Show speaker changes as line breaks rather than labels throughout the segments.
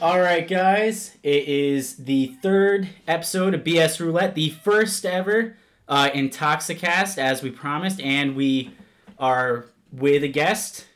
All right, guys. It is the third episode of BS Roulette, the first ever uh, Intoxicast, as we promised, and we are with a guest.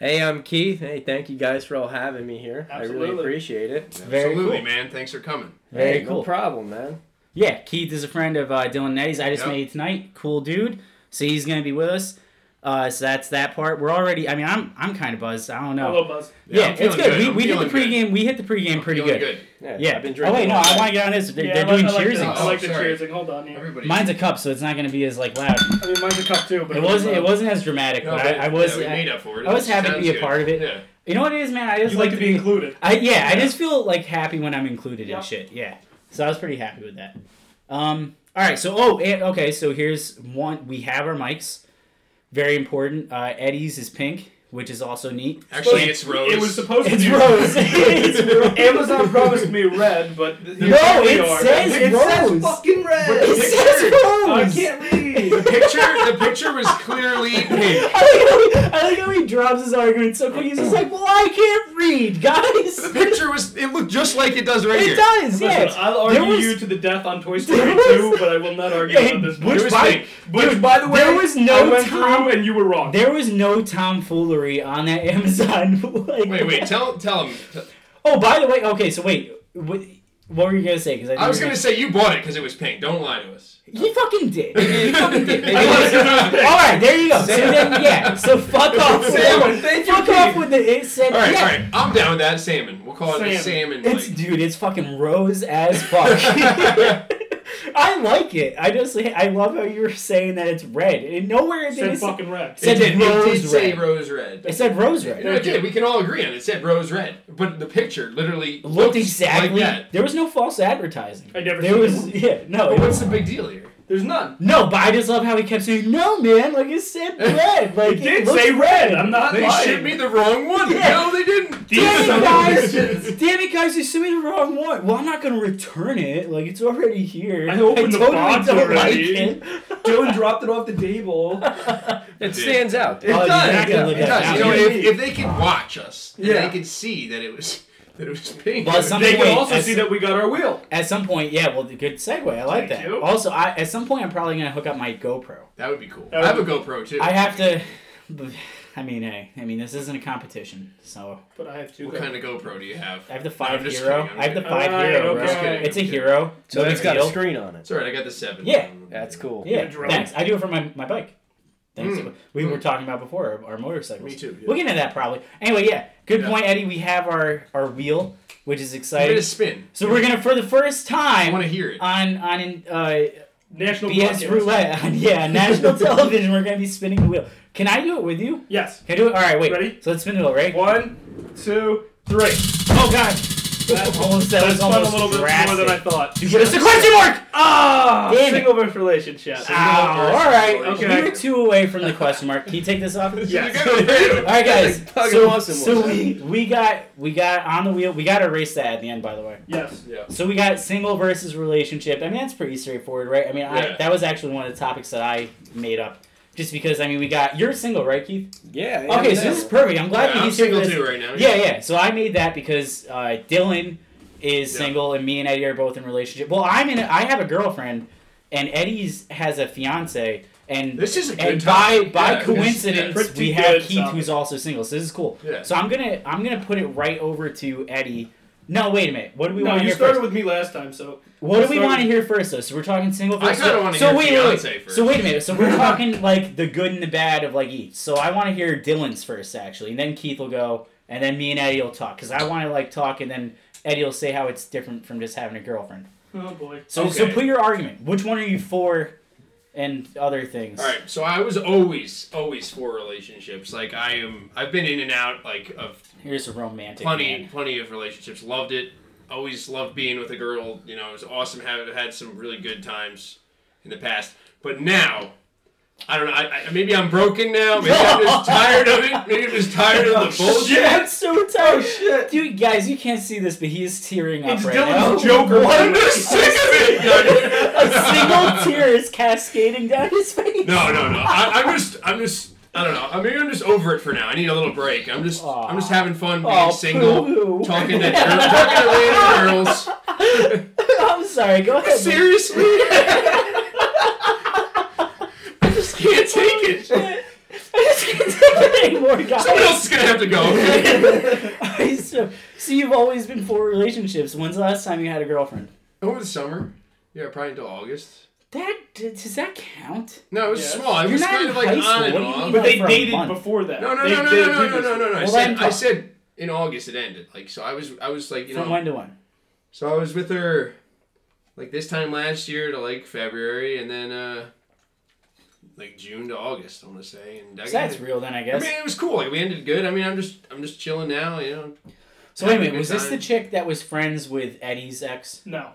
Hey, I'm Keith. Hey, thank you guys for all having me here. I really
Absolutely.
appreciate it.
Very
Absolutely,
cool.
man. Thanks for coming.
Very
Hey,
cool.
No problem, man.
Yeah, Keith is a friend of uh, Dylan Nettie's. I just
Yep.
made tonight. Cool dude. So he's gonna be with us. Uh, so that's that part. We're already. I mean, I'm I'm kind of buzzed. I don't know.
Hello, Buzz.
yeah,
I'm
it's
feeling
good.
I'm
We, we did
feeling
the pregame. We hit the pregame
I'm
pretty
feeling
good.
Yeah,
Yeah.
I've been
oh
drinking.
wait, no,
a lot.
I want to get on this. They're,
Yeah,
they're
I like-
doing
I like
cheersing.
The, I
Oh,
like the
sorry.
cheersing. Hold on. Here.
Everybody.
Mine's a cup, so it's not gonna be as like loud.
I mean, mine's a cup too, but
It wasn't. It wasn't as dramatic,
No,
but
but,
I, I was.
yeah, we
I-
made up for it.
I was
That
happy to
sounds
be a
good.
part of it.
Yeah.
you know what it is, man. I
You
just
like, to be included.
I yeah, I
Yeah.
just feel like happy when I'm included
Yeah.
in shit. Yeah. So I was pretty happy with that. Um all right, so oh, and, okay, so here's one we have our mics. Very important. Uh Eddie's is pink, which is also neat.
Actually, it's Rose.
It was supposed
It's
to be
rose. It's rose.
Amazon promised me red, but no,
it says
it
rose.
Says fucking red.
It
The
says
picture- I
rose.
can't read.
the picture. The picture was clearly pink.
I like, how he, I like how he drops his argument so quick. He's just like, "Well, I can't read,
The
guys."
picture was. It looked just like it does right
It
here.
does,
Listen, uh,
yes.
I'll
There
argue
was-
you to the death on Toy
There
Story
was-
2, but I will not argue on this.
Which
one.
was
by-
pink.
Which,
Dude,
by the way,
there was no
I went
time-
through and you were wrong.
There was no tomfoolery on that Amazon. like,
Wait, wait. Tell, tell him. t-
Oh, by the way, okay. So wait, what, what were you gonna say? Because I,
I was
didn't-
gonna say you bought it because it was pink. Don't lie to us.
He fucking did. He fucking did.
I wanted to know.
all right, there you go. So then, yeah. So fuck off. with-
Salmon,
thank you,
fuck off
Keith.
with the it said.
All right,
yeah.
all right. I'm down with that salmon. We'll call it the salmon.
It's dude. It's fucking rose as fuck. I like it. I just I love how you were saying that it's red. And nowhere did
said
it say,
fucking red.
said
it did, it
rose
did say
red.
rose red.
it said rose
You
red.
know, it did. We can all agree on it. It said rose red, but the picture literally
Looked
looks
exactly.
like that.
There was no false advertising.
I never
There
seen
was Oh, yeah no.
But
it
what's
was-
the big deal here?
There's none.
No, but I just love how he kept saying, "No, man," like it said red. Like
It did
looks
say red. I'm not
They
lying.
shipped me the wrong one.
Yeah.
No, they didn't.
Damn
Son
it,
of a
guys!
bitch.
Damn it, guys! You sent me the wrong one. Well, I'm not gonna return it. Like it's already here.
I opened the
totally
box
don't
already.
Like it.
Dylan dropped it off the table.
It
did.
stands out.
It
Oh, you
does.
gotta look
It
at
does.
that.
You know,
Yeah.
if, if they could watch us, and
Yeah.
they could see that it was that it was pink.
Well, some-
They
Wait,
can also
as-
see that we got our wheel.
At some point, yeah. Well, good segue. I like
Thank
that.
you.
Also, I, at some point, I'm probably gonna hook up my GoPro.
that would be cool.
That would
I have a GoPro too.
I have to. I mean, hey, I mean, this isn't a competition, so
But I have two.
what kind of GoPro do you have?
I have the five
I'm just
hero.
kidding, I'm
I have the
kidding.
five
Alright,
hero,
okay.
bro.
Just kidding,
It's a
I'm kidding.
hero.
So
no
it's
big
got a
deal.
screen on it.
It's alright. I got the seven.
Yeah.
That's cool.
Yeah,
Drone.
thanks. I do it from my, my bike. Thanks.
Mm.
We were
Mm.
talking about before our, our motorcycles.
Me too, yeah.
We'll get into that probably. Anyway, yeah. Good
Yeah.
point, Eddie. We have our, our wheel, which is
I'm
exciting.
gonna spin.
so we're gonna for the first
I want
time
to hear it.
on on in, uh,
National
BS
broadcast.
roulette on yeah national television. We're gonna be spinning the wheel. Can I do it with you?
Yes.
Can I do it? All right, wait.
Ready?
So let's spin the wheel, right?
One, two, three.
Oh god.
That-
That almost that
I
was
spun a
almost
little bit
drastic.
more than I thought.
you get us a question mark.
Ah,
Damn it. Ah.
single verse relationship.
Single
Ow,
verse
all right.
relationship.
Okay. We were two away from the question mark. Can you take this off?
This is
Yes.
a good one.
All right, guys.
That's like fucking
so
awesome,
so
wasn't
we, we got we got on the wheel. We got to erase that at the end, by the way.
Yes.
Yeah.
So we got single versus relationship. I mean, that's pretty straightforward, right? I mean, I,
Yeah.
that was actually one of the topics that I made up, just because I mean, we got you're single, right, Keith?
Yeah. yeah,
Okay, so
yeah.
this is perfect. I'm glad
Yeah,
that
I'm
he's here
single
for this.
too right now.
Yeah, yeah. So I made that because uh, Dylan is
Yeah.
single and me and Eddie are both in relationship. Well, I'm in. A, I have a girlfriend, and Eddie's has a fiance, and
This is a good
and by
topic.
by
Yeah, this- yeah.
coincidence,
Pretty
we have
good
Keith,
topic.
who's also single. So this is cool.
Yeah.
So I'm gonna I'm gonna put it right over to Eddie. No, wait a minute. What do we
no,
want to
you
hear
started
first?
with me last time, so
What do we
started-
want to hear first, though? So we're talking single.
I
First.
kinda
so,
wanna
so
hear
wait, wait,
fiancé
wait.
first.
So wait a minute. So we're talking like the good and the bad of like each. So I want to hear Dylan's first, actually, and then Keith will go, and then me and Eddie will talk because I want to like talk, and then Eddie will say how it's different from just having a girlfriend.
oh boy.
So so
Okay.
put your argument. Which one are you for, and other things.
All right, so I was always, always for relationships. Like I am, I've been in and out like of
Here's a romantic.
plenty,
man.
plenty of relationships. Loved it. Always loved being with a girl. You know, it was awesome. Have had some really good times in the past, but now. I don't know. I, I, maybe I'm broken now. Maybe I'm just tired of it. Maybe I'm just tired of the bullshit.
I'm so
Oh,
tired.
shit.
Dude, guys, you can't see this, but he is tearing up
It's
right now.
Dylan's Joker.
I'm just sick of it.
A single tear is cascading down his face.
No, no, no. I, I'm just, I'm just I don't know. I maybe I'm just over it for now. I need a little break. I'm just
Aw.
I'm just having fun being
Oh,
single,
poo-hoo.
talking to girl, talking to random girls.
I'm sorry. Go ahead.
Seriously, I just can't take it.
I just can't take it anymore, guys.
Someone else is gonna have to go. Okay?
so, so you've always been for relationships. When's the last time you had a girlfriend?
Over the summer, yeah, probably until August.
That does that count?
No, it was
Yes.
small. It
You're
was
not
kind
in
of like
high
on
school. What
and
do you
off.
mean?
But they
For a
dated
month.
before that.
No, no,
They-
no, no,
they
no, no, no,
did
no,
this.
no, no. I
Well,
said,
then-
I said in August it ended. Like so, I was, I was like, you
From
know,
when to when?
so I was with her, like this time last year to like February, and then uh, like June to August, I want to say. And I
So that's
got-
real then, I
I
guess.
mean, it was cool. Like we ended good. I mean, I'm just, I'm just chilling now. You know,
So wait a
having a
minute,
good
was this the
time.
chick that was friends with Eddie's ex?
No.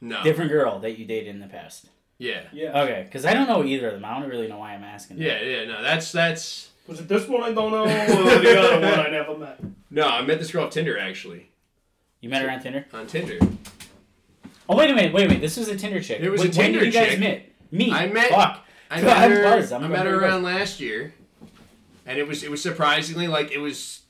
no,
Different girl that you dated in the past.
yeah,
Yeah.
Okay, because I don't know either of them. I don't really know why I'm asking. that.
yeah, yeah. No, that's that's
Was it this one I don't know or the other one I never met?
no. I met this girl on Tinder actually.
You met her on Tinder?
On Tinder,
Oh wait a minute, wait a minute. This was a Tinder chick.
It was
Wait,
a
when
Tinder
did you guys
chick.
meet? Me.
I met-
Fuck.
I
God,
met
I'm
her.
buzzed.
i
I'm-
met
I'm
her
buzzed.
around last year, and it was it was surprisingly like it was.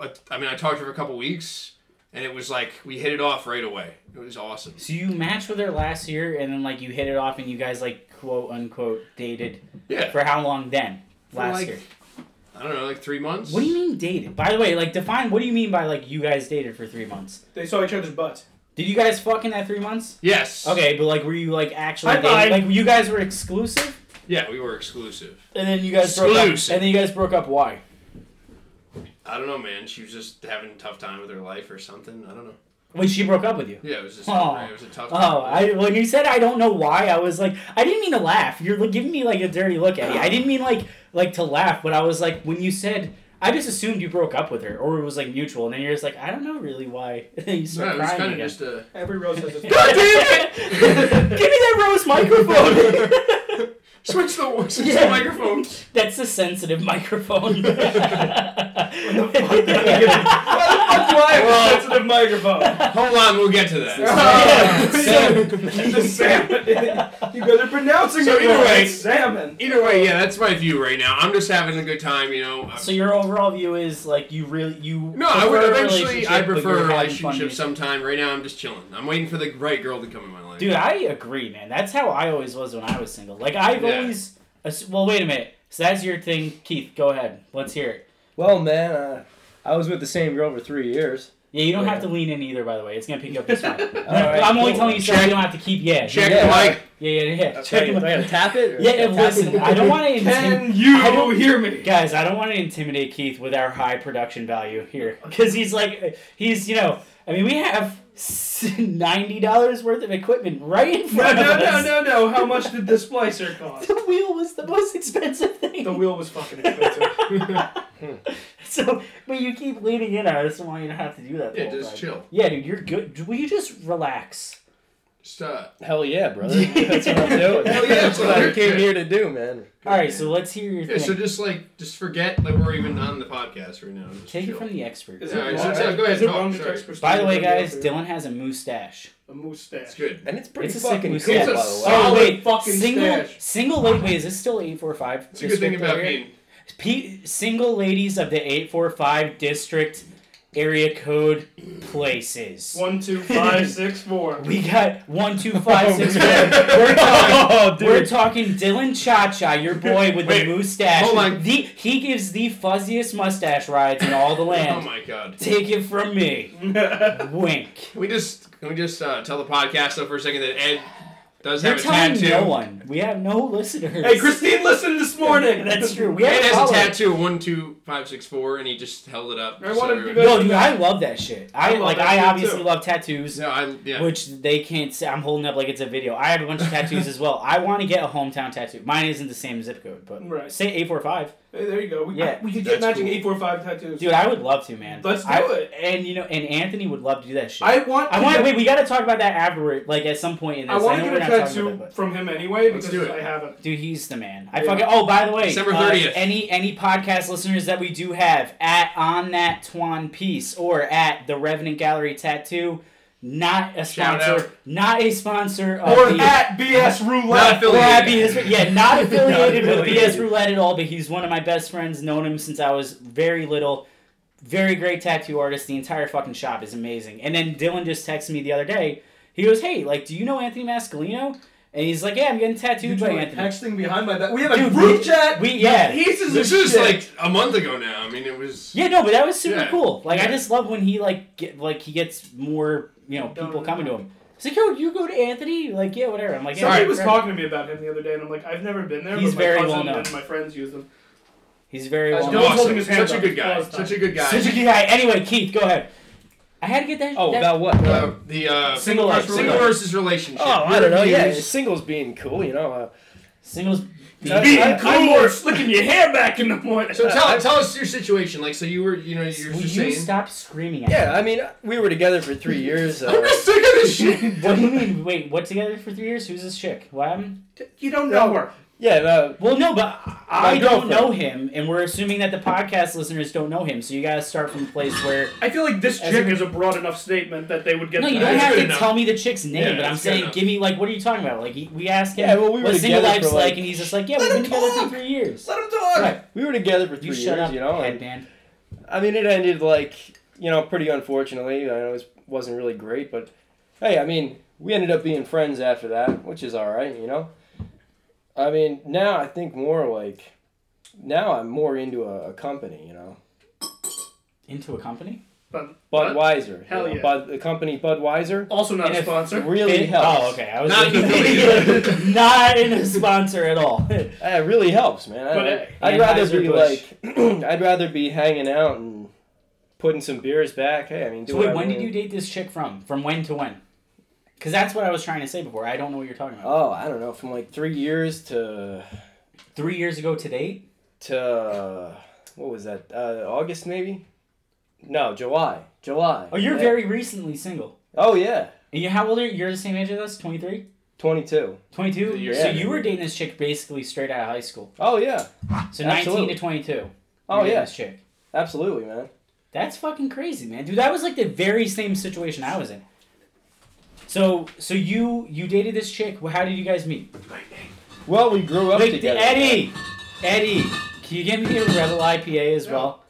uh, I mean, I talked to her for a couple weeks, and it was like we hit it off right away. It was awesome.
So you matched with her last year, and then like you hit it off, and you guys like quote unquote dated
Yeah,
for how long then?
For,
Last
like,
year.
I don't know, like three months.
What do you mean dated? By the way, like define what do you mean by like you guys dated for three months?
They saw each other's butts.
Did you guys fuck in that three months?
Yes.
Okay, but like were you like actually
I
dating?
lied.
like you guys were exclusive,
Yeah, we were exclusive.
and then you guys broke up,
Exclusive.
and then you guys broke up. Why?
I don't know, man. She was just having a tough time with her life or something. I don't know.
When she broke up with you?
Yeah, it was just
Oh.
it was a tough.
Oh, I, when you said I don't know why, I was like, I didn't mean to laugh. You're like, giving me like a dirty look at me. I didn't mean like like to laugh, but I was like, when you said, I just assumed you broke up with her, or it was like mutual, and then you're just like, I don't know really why. And then you
No,
start
it was
crying
kind of
again.
just a.
Every rose has its
God
butts.
damn it! Give me that rose microphone.
Switch the switch
Yeah.
the microphones.
That's a sensitive microphone.
Why the fuck do I have a sensitive microphone?
Hold on, we'll get to
Yeah.
that.
The salmon. you guys are pronouncing
So
it
either
wrong.
way-
It's salmon.
Either way, yeah, that's my view right now. I'm just having a good time, you know. I'm-
so your overall view is like you really you
No, I would
prefer a
eventually. I
relationship, but
prefer
you're
a
having fun
relationship
with-
sometime. Right now, I'm just chilling. I'm waiting for the right girl to come in my life.
Dude, I agree, man. That's how I always was when I was single. Like I've
Yeah.
always. ass- Well, wait a minute. So that's your thing, Keith. Go ahead. Let's hear it.
Well, man, uh, I was with the same girl for three years.
Yeah, you don't have
Yeah.
to lean in either, by the way. It's gonna pick up this one.
right,
I'm only
cool.
telling you so
Check-
you don't have to keep. Yeah,
Check
Yeah.
the mic.
yeah, yeah, yeah.
Do
Check
I,
him.
do I gotta tap it? or-
Yeah,
tap
and listen,
it?
I don't want to intimidate.
Can you
I don't-
hear me?
Guys, I don't want to intimidate Keith with our high production value here, because he's like, he's you know, I mean, we have ninety dollars worth of equipment right in
No,
front
no,
of
no,
us.
no, no. How much did the splicer cost?
The wheel was the most expensive thing.
The wheel was fucking expensive.
So, but you keep leaning in. I just want you to have to do that. the
Yeah,
whole
just
time.
chill.
Yeah, dude, you're good. Will you just relax?
Just, uh,
Hell yeah, brother. That's what I'm doing.
Hell yeah,
That's what I
brother.
came here to do, man.
All right, so let's hear your
yeah,
thing.
so just like, just forget that we're even on the podcast right now. Just
Take
chill.
it from the expert.
Is
All
it
right,
wrong-
so- so go ahead,
is it
talk,
wrong to
sorry.
text Christina
By the way,
Ricci up
guys,
here?
Dylan has a mustache.
A mustache.
It's good.
And it's pretty
It's a sick
fucking cool,
mustache.
by
It's
the
a
way.
Oh
Solid
wait,
fucking
single
stash.
single lady. Wait, is this still eight four five?
It's a good thing about being.
P- single ladies of the eight four five district area code places.
One, two, five, six, four.
We got one two five six four.
Oh, man.
We're talking.
Oh,
We're talking Dylan Cha-Cha, your boy with
Wait,
the mustache.
hold on.
The, he gives the fuzziest mustache rides in all the
Oh
land.
my god.
Take it from me. Wink.
Can we just can we just uh, tell the podcast though for a second that Ed does
You're
have a
telling
tattoo?
no one. We have no listeners.
hey, Christine listened this morning.
That's true. We
Ed
have
has a
followers.
tattoo of one two five six four, and he just held it up.
I
so
wanted to
everyone-
go-
No, dude, I love that shit. I,
I love
like.
that
I
shit,
obviously
too.
love tattoos,
No, I yeah.
which they can't. see. I'm holding up like it's a video. I have a bunch of tattoos as well. I want to get a hometown tattoo. Mine isn't the same zip code, but
Right.
say eight four five.
Hey, there you go. We,
Yeah.
we could get
That's
matching
cool.
eight four five tattoos.
Dude, I would love to, man.
Let's do
I-
it.
And you know, and Anthony would love to do that shit.
I want.
I
to
want.
get-
Wait, we gotta talk about that afterward, like at some point in this.
I want
know
to
we're
get a
not talking
tattoo
about that,
from him anyway
Let's
because
do it.
I haven't.
but- Dude, he's the man. I
Yeah.
fucking. Oh, by the way,
December
uh,
30th.
any any podcast listeners that we do have at on that Twan piece or at the Revenant Gallery Tattoo, not a
Shout
sponsor,
out.
not a sponsor of
Or
the,
at BS
Not
Roulette.
or at
affiliated.
BS, yeah, not affiliated with
affiliated.
BS Roulette at all. But he's one of my best friends. Known him since I was very little. Very great tattoo artist. The entire fucking shop is amazing. And then Dylan just texted me the other day. He goes, "Hey, like, do you know Anthony Mascolino?" And he's like, "Yeah, I'm getting tattooed
Dude,
by
like
Anthony."
texting behind my back. We have a
Dude,
group
we-
chat.
we- yeah.
Pieces
This
of
was
shit.
like a month ago now. I mean, it was.
Yeah, no, but that was super
Yeah.
cool. Like, I
Yeah.
just love when he like get like he gets more you know
Don't
people
know.
coming to him. He's like, yo, you go to Anthony? Like, yeah, whatever. I'm like, yeah,
Somebody
sure,
was
whatever.
talking to me about him the other day, and I'm like, I've never been there.
He's
but my
very
cousin
well known.
And my friends use them.
He's very
As
well.
no
known.
one's holding his hand
Such a
up.
good guy.
Pause time.
Such a good guy.
Such a good guy. Anyway, Keith, go ahead. I had to get that.
Oh,
that-
about what?
Uh, the uh,
Single life.
versus- single versus relationship.
oh, I don't know. Yeah,
Reviews.
singles being cool, you know. Uh,
singles.
That's-
beat.
I- I- I'm
more slicking your hair back in the morning.
So tell, tell us your situation. Like, so you were, you know, you were
Will
just
you
saying.
stop screaming at
yeah, I mean, we were together for three years.
I'm
Uh,
just sick of this shit.
me? What do you mean? Wait, what together for three years? Who's this chick? What happened?
you don't know her.
yeah, uh,
Well, no, but I don't
girlfriend.
know him, and we're assuming that the podcast listeners don't know him. So you gotta start from a place where
I feel like this
As
chick
in-
is a broad enough statement that they would get.
No, you
that.
don't
That's
have
good
to
enough.
tell me the chick's name,
Yeah,
but I'm
that's good
saying,
enough.
give me like, what are you talking about? Like, he- we ask him
Yeah, well, we were
what single
together for,
life's like,
like-
and he's just like, yeah,
Let
we've
him
been together for
talk!
three years.
Let him talk.
Right.
we were together for three
You
years,
shut up,
you know. and-
headband.
I mean, it ended like you know pretty unfortunately. I know it wasn't really great, but hey, I mean, we ended up being friends after that, which is all right, you know. I mean, now I think more like now I'm more into a, a company, you know,
Into a company?
But, but
Budweiser.
Hell
you know,
yeah.
Bud, the company Budweiser
also not
And
a
if-
sponsor.
really
It-
helps.
Oh, okay. I was
Not
like,
an affiliate.
not in a sponsor at all.
It really helps, man. I,
But, uh,
I'd
Anheuser
rather be
Busch.
like, I'd rather be hanging out and putting some beers back. Hey, I mean, do
so
what
wait,
I
when did
want.
you date this chick from? From when to when? Because that's what I was trying to say before. I don't know what you're talking about.
Oh, I don't know, from like three years to
Three years ago to date?
to uh, what was that? Uh, August maybe? No, July. July.
Oh, you're
Yeah.
very recently single.
Oh yeah,
And you, how old are you? You're the same age as us? 23?
twenty-two.
22?
You're-
So
Yeah.
you were dating this chick basically straight out of high school.
Oh yeah,
So
Absolutely.
19 to 22.
oh
You're
yeah,
This chick.
absolutely, man.
That's fucking crazy, man. Dude, that was like the very same situation I was in. So, so you you dated this chick. Well, How did you guys meet?
Well, we grew up
Wait,
together.
Eddie, Eddie, can you get me a Rebel IPA as
Yeah.
well?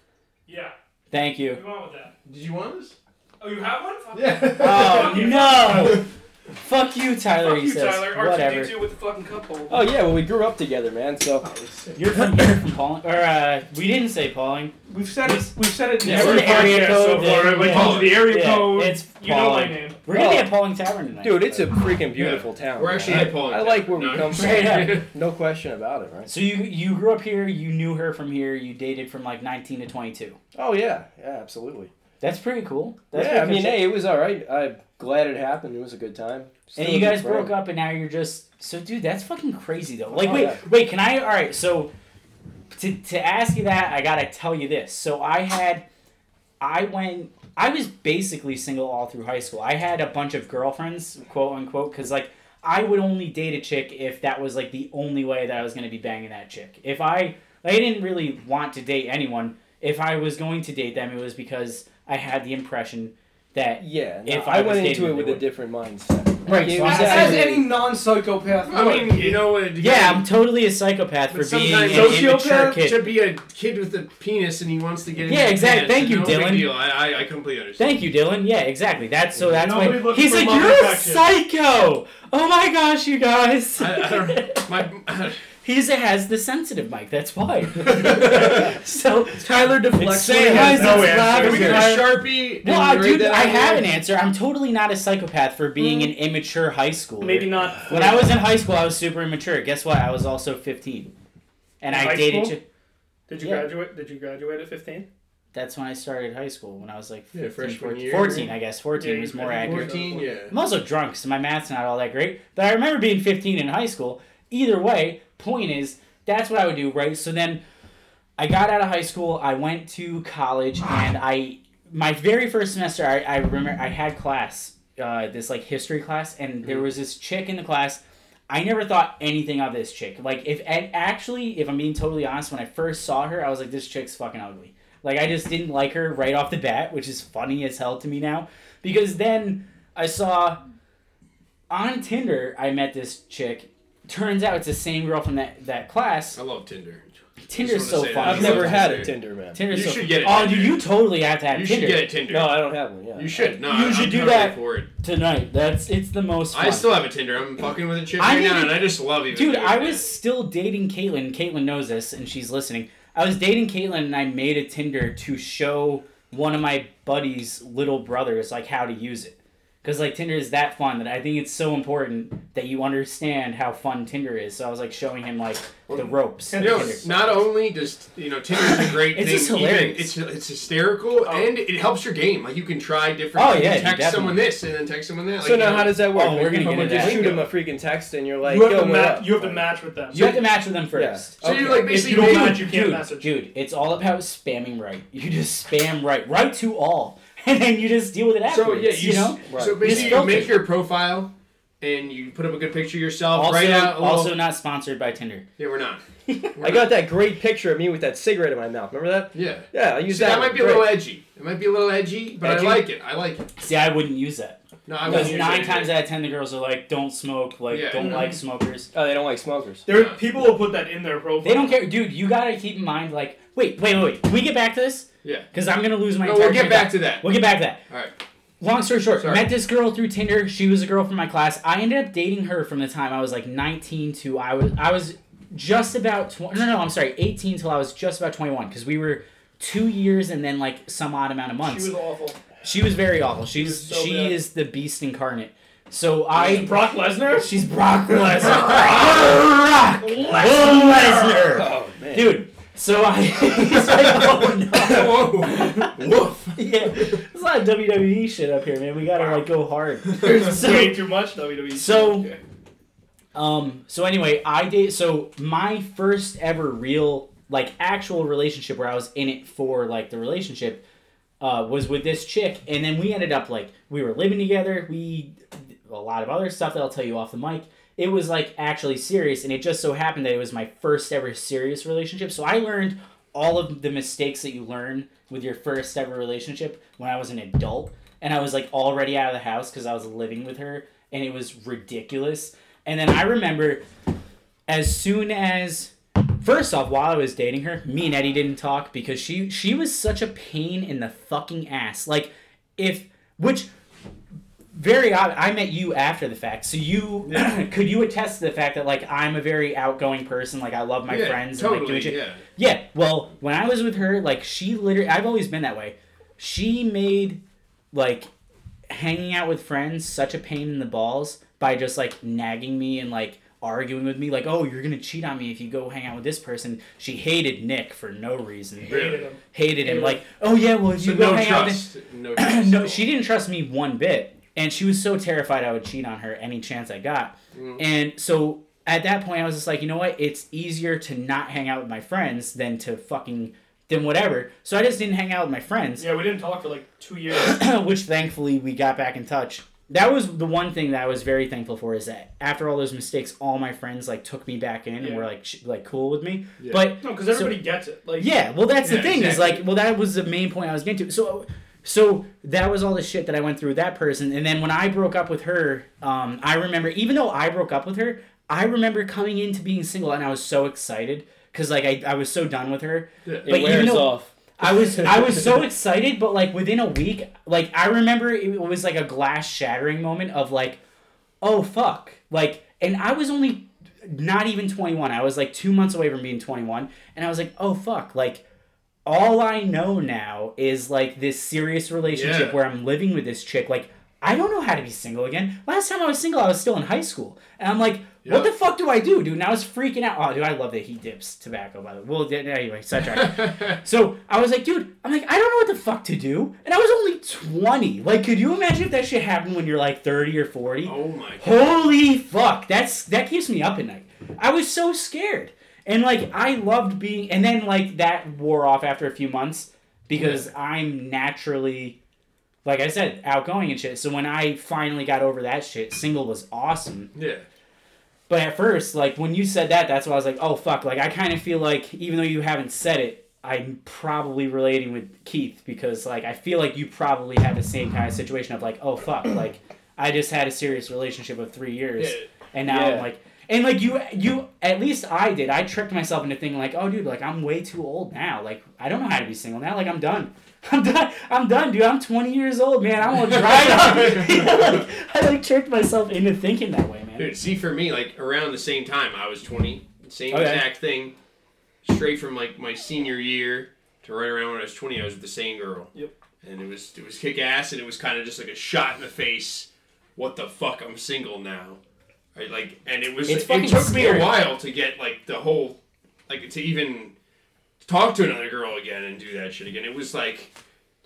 Yeah,
Thank you.
want with that?
Did you want this?
Oh, you have one? Fuck
Yeah.
Oh no! Fuck you, Tyler.
Fuck
he
you,
says.
Tyler.
Whatever.
R2D2 with the fucking cup holder.
Oh yeah, well we grew up together, man. So
You're from, you're from Pauling, or uh, we didn't say Pauling.
We've said it. We've said it in
Yeah,
every
we're the area
podcast
code,
so far.
yeah,
I went
yeah.
to the area
Yeah,
code.
it's
you know my
Pauling.
name.
We're gonna be
Oh.
at Pauling Tavern tonight,
dude, it's a freaking beautiful town.
We're
man.
actually
I,
at Poland.
I like where we
No.
come
Straight
from.
up.
No question about it, right?
So you you grew up here. You knew her from here. You dated from like 19 to 22.
Oh yeah, yeah, absolutely.
That's pretty cool. That's
yeah, I
pretty
mean,
good shit.
hey, it was all right. I'm glad it happened. It was a good time. Still
and
a
you
good
guys
friend.
broke up, and now you're just so, dude. That's fucking crazy, though. Like,
Oh,
wait,
yeah.
wait. Can I? All right. So, to to ask you that, I gotta tell you this. So I had, I went. I was basically single all through high school. I had a bunch of girlfriends, quote unquote, because like I would only date a chick if that was like the only way that I was gonna be banging that chick. If I, I didn't really want to date anyone. If I was going to date them, it was because I had the impression that
Yeah, no,
If
I,
I was
went into
dating,
it
they
with a
would.
different mindset.
Right,
It
so
was
I'm
As,
Yeah.
as
actually-
any non-psychopath,
I mean, you know what?
Yeah, I'm totally a psychopath
But
for being an
sometimes
immature
sociopath
kid.
should be a kid with a penis and he wants to get in
Yeah,
the
exact-
pants,
thank
and
you,
no big
Dylan.
deal. I, I, I completely understand.
Thank you, Dylan. Yeah, exactly. That's so. That's
Nobody
why
looking
he's
for
like,
love
you're a
affection."
psycho. Oh my gosh, you guys.
I, I don't, my,
he's has the sensitive mic. That's why. so
Tyler deflects.
Sam.
when he has
Guys,
no
it's
answer.
loud
Can we get a
Tyler-
sharpie?
well,
and
I,
write
dude,
that
I
on
have
there?
an answer. I'm totally not a psychopath for being an immature high schooler.
maybe not.
When I was in high school, I was super immature. Guess what? I was also 15, and I
High
dated.
school?
chi-
Did you
Yeah.
graduate? Did you graduate at 15?
That's when I started high school. When I was like
Yeah,
15,
freshman
14,
year.
14, I guess. 14
Yeah,
was
you-
more
I think
accurate.
14, yeah.
I'm also drunk, so my math's not all that great. But I remember being 15 in high school. Either way, point is, that's what I would do, right? So then I got out of high school, I went to college, and I, my very first semester, I, I remember I had class, uh, this like history class, and
Mm-hmm.
there was this chick in the class. I never thought anything of this chick. Like, if and actually, if I'm being totally honest, when I first saw her, I was like, this chick's fucking ugly. Like, I just didn't like her right off the bat, which is funny as hell to me now. Because then I saw on Tinder. I met this chick. Turns out it's the same girl from that that class.
Oh, I love Tinder.
Tinder's
just wanna
so
say
fun.
that.
I've
You
never
love
had
Tinder.
a Tinder, man.
Tinder's
You
so
should get it,
Oh,
Tinder.
dude, you totally have to have
You should
Tinder
get a Tinder.
No, I don't have one. Yeah.
you should. No,
You
I-
should
I'm
do
totally
that.
For it.
tonight. That's it's the most. Fun.
I still have a Tinder. I'm fucking with a chick
I
right now,
need-
and I just love even.
Dude,
doing
I
that.
was still dating Caitlyn. Caitlyn knows this, and she's listening. I was dating Caitlyn, and I made a Tinder to show one of my buddy's little brothers like how to use it, because like Tinder is that fun that I think it's so important that you understand how fun Tinder is. So I was like showing him like the ropes. of
You know,
Tinder.
not only does you know Tinder's a great
It's
thing,
just
even-
hilarious.
it's it's hysterical and it helps your game. Like you can try different.
Oh,
you
yeah,
can
you
text someone this and then text someone that. Like,
So
you
now,
know,
how does that work?
Oh, we're
Like,
gonna
you
get
come and
into
just
that.
shoot him a freaking text, and you're like,
you, have
yo,
to
what
ma-
up?
you have to
Like,
match with them.
you have to match with them first.
So you're
Okay.
like
If
basically
you don't
making-
match, you can't
dude,
message.
dude, it's all about spamming right. You just spam right, right to all, and then you just deal with it
So
afterwards.
yeah, you,
you know.
Right.
So
Just
basically, you
filter.
make your profile and you put up a good picture of yourself.
Also,
right now,
also not sponsored by Tinder.
yeah, we're not. We're
I
not.
got that great picture of me with that cigarette in my mouth. Remember that?
Yeah.
Yeah, I used
See, that
one.
might be a
Great.
little edgy. It might be a little edgy, but
Edgy?
I like it. I like it.
See, I wouldn't use that
No, I
because
was
nine times out of ten, the girls are like, "Don't smoke," like,
Yeah.
"Don't
Mhm.
like smokers."
Oh, they don't like smokers.
There, people will put that in their profile.
They don't care, dude. You gotta keep in mind, like, wait, wait, wait. Can we get back to this?
Yeah.
Because I'm gonna lose my.
No,
entire
we'll get
train of
back to that.
thought. We'll get back to that.
All right.
Long story short,
Sorry.
met this girl through Tinder. She was a girl from my class. I ended up dating her from the time I was like 19 to I was I was just about 20. No, no, I'm sorry, 18 till I was just about 21 because we were two years and then like some odd amount of
She
months.
was awful.
She was very awful. She's
was so
she
bad.
is the beast incarnate. So I
Brock Lesnar.
She's Brock Lesnar. Brock
Brock
Lesnar.
Oh man.
Dude, so I. he's like, oh
Whoa. Woof.
no. Yeah, there's a lot of WWE shit up here, man. We gotta like go hard.
There's
So-
way too much E. WWE.
So,
Yeah.
Um. So anyway, I date. So my first ever real, like, actual relationship where I was in it for like the relationship, uh, was with this chick, and then we ended up like we were living together. We a lot of other stuff that I'll tell you off the mic. It was like actually serious, and it just so happened that it was my first ever serious relationship. So I learned all of the mistakes that you learn with your first ever relationship when I was an adult, and I was like already out of the house because I was living with her, and it was ridiculous. And then I remember as soon as first off while i was dating her me and eddie didn't talk because she she was such a pain in the fucking ass like if which very odd i met you after the fact so you could you attest to the fact that like i'm a very outgoing person like i love my
Yeah,
friends and like
totally.
doing shit
yeah.
yeah, well, when I was with her, like she literally I've always been that way. She made like hanging out with friends such a pain in the balls by just like nagging me and like arguing with me like, "Oh, you're going to cheat on me if you go hang out with this person." She hated Nick for no reason.
Hated him.
Hated him like, "Oh yeah, well, if
So
you go
no
hang out with
trust. No trust.
no, she didn't trust me one bit, and she was so terrified I would cheat on her any chance I got. And so at that point, I was just like, you know what? It's easier to not hang out with my friends than to fucking than whatever. So I just didn't hang out with my friends,
Yeah, we didn't talk for like two years.
which thankfully we got back in touch. That was the one thing that I was very thankful for is that after all those mistakes, all my friends like took me back in and
Yeah.
were like sh- like cool with me.
Yeah.
But
No, because
So-
everybody gets it. Like
yeah, well, that's the
Yeah,
thing is
exactly.
like, well, that was the main point I was getting to. So, so that was all the shit that I went through with that person, and then when I broke up with her, um, I remember even though I broke up with her, I remember coming into being single and I was so excited because like I, I was so done with her.
Yeah.
It wears
though-
off.
I was I was so excited, but like within a week, like I remember it was like a glass shattering moment of like, oh fuck, like, and I was only not even twenty one. I was like two months away from being twenty one, and I was like, oh fuck, like. All I know now is like this serious relationship
Yeah.
where I'm living with this chick. Like, I don't know how to be single again. Last time I was single, I was still in high school. And I'm like, what
Yeah.
the fuck do I do, dude? And I was freaking out. Oh, dude, I love that he dips tobacco, by the way. Well, anyway, sidetrack. So I was like, dude, I'm like, I don't know what the fuck to do. And I was only 20. Like, could you imagine if that shit happened when you're like 30 or 40?
oh my god.
Holy fuck. That's that keeps me up at night. I was so scared. And like I loved being and then like that wore off after a few months because I'm naturally like I said, outgoing and shit. So when I finally got over that shit, single was awesome.
Yeah.
But at first, like when you said that, that's why I was like, oh fuck. Like I kind of feel like even though you haven't said it, I'm probably relating with Keith because like I feel like you probably had the same kind of situation of like, oh fuck, like I just had a serious relationship of three years,
Yeah.
and now I'm
Yeah.
like, and like you, you at least I did. I tricked myself into thinking like, oh dude, like I'm way too old now. Like I don't know how to be single now. Like I'm done. I'm done. I'm done, dude. I'm 20 years old, man. I'm all dried up. Yeah, like, I like tricked myself into thinking that way, man.
Dude, see for me, like around the same time, I was twenty, same
Okay.
exact thing. Straight from like my senior year to right around when I was twenty, I was with the same girl.
Yep.
And it was it was kick ass, and it was kind of just like a shot in the face. What the fuck? I'm single now. I, like, and it was
It's
it
fucking
took me
scary.
a while to get like the whole like to even talk to another girl again and do that shit again. It was like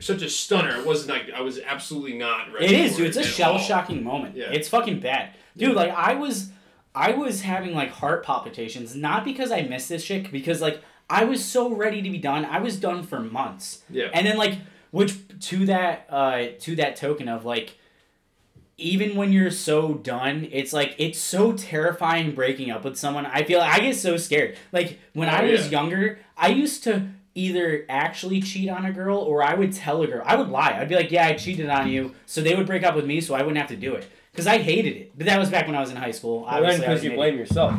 such a stunner. It wasn't like I was absolutely not ready.
It is,
for
dude. It's a
at
shell
all.
shocking moment.
Yeah.
It's fucking bad, dude. Like I was, I was having like heart palpitations, not because I missed this shit, because like I was so ready to be done. I was done for months.
Yeah.
And then like, which to that, uh, to that token of like, even when you're so done, it's like it's so terrifying breaking up with someone. I feel I get so scared. Like when
Oh,
I was
yeah.
younger, I used to either actually cheat on a girl or I would tell a girl. I would lie. I'd be like, "Yeah, I cheated on you," so they would break up with me, so I wouldn't have to do it because I hated it. But that was back when I was in high school.
Well, then
Obviously, I was
because
an
you
idiot.
blame yourself.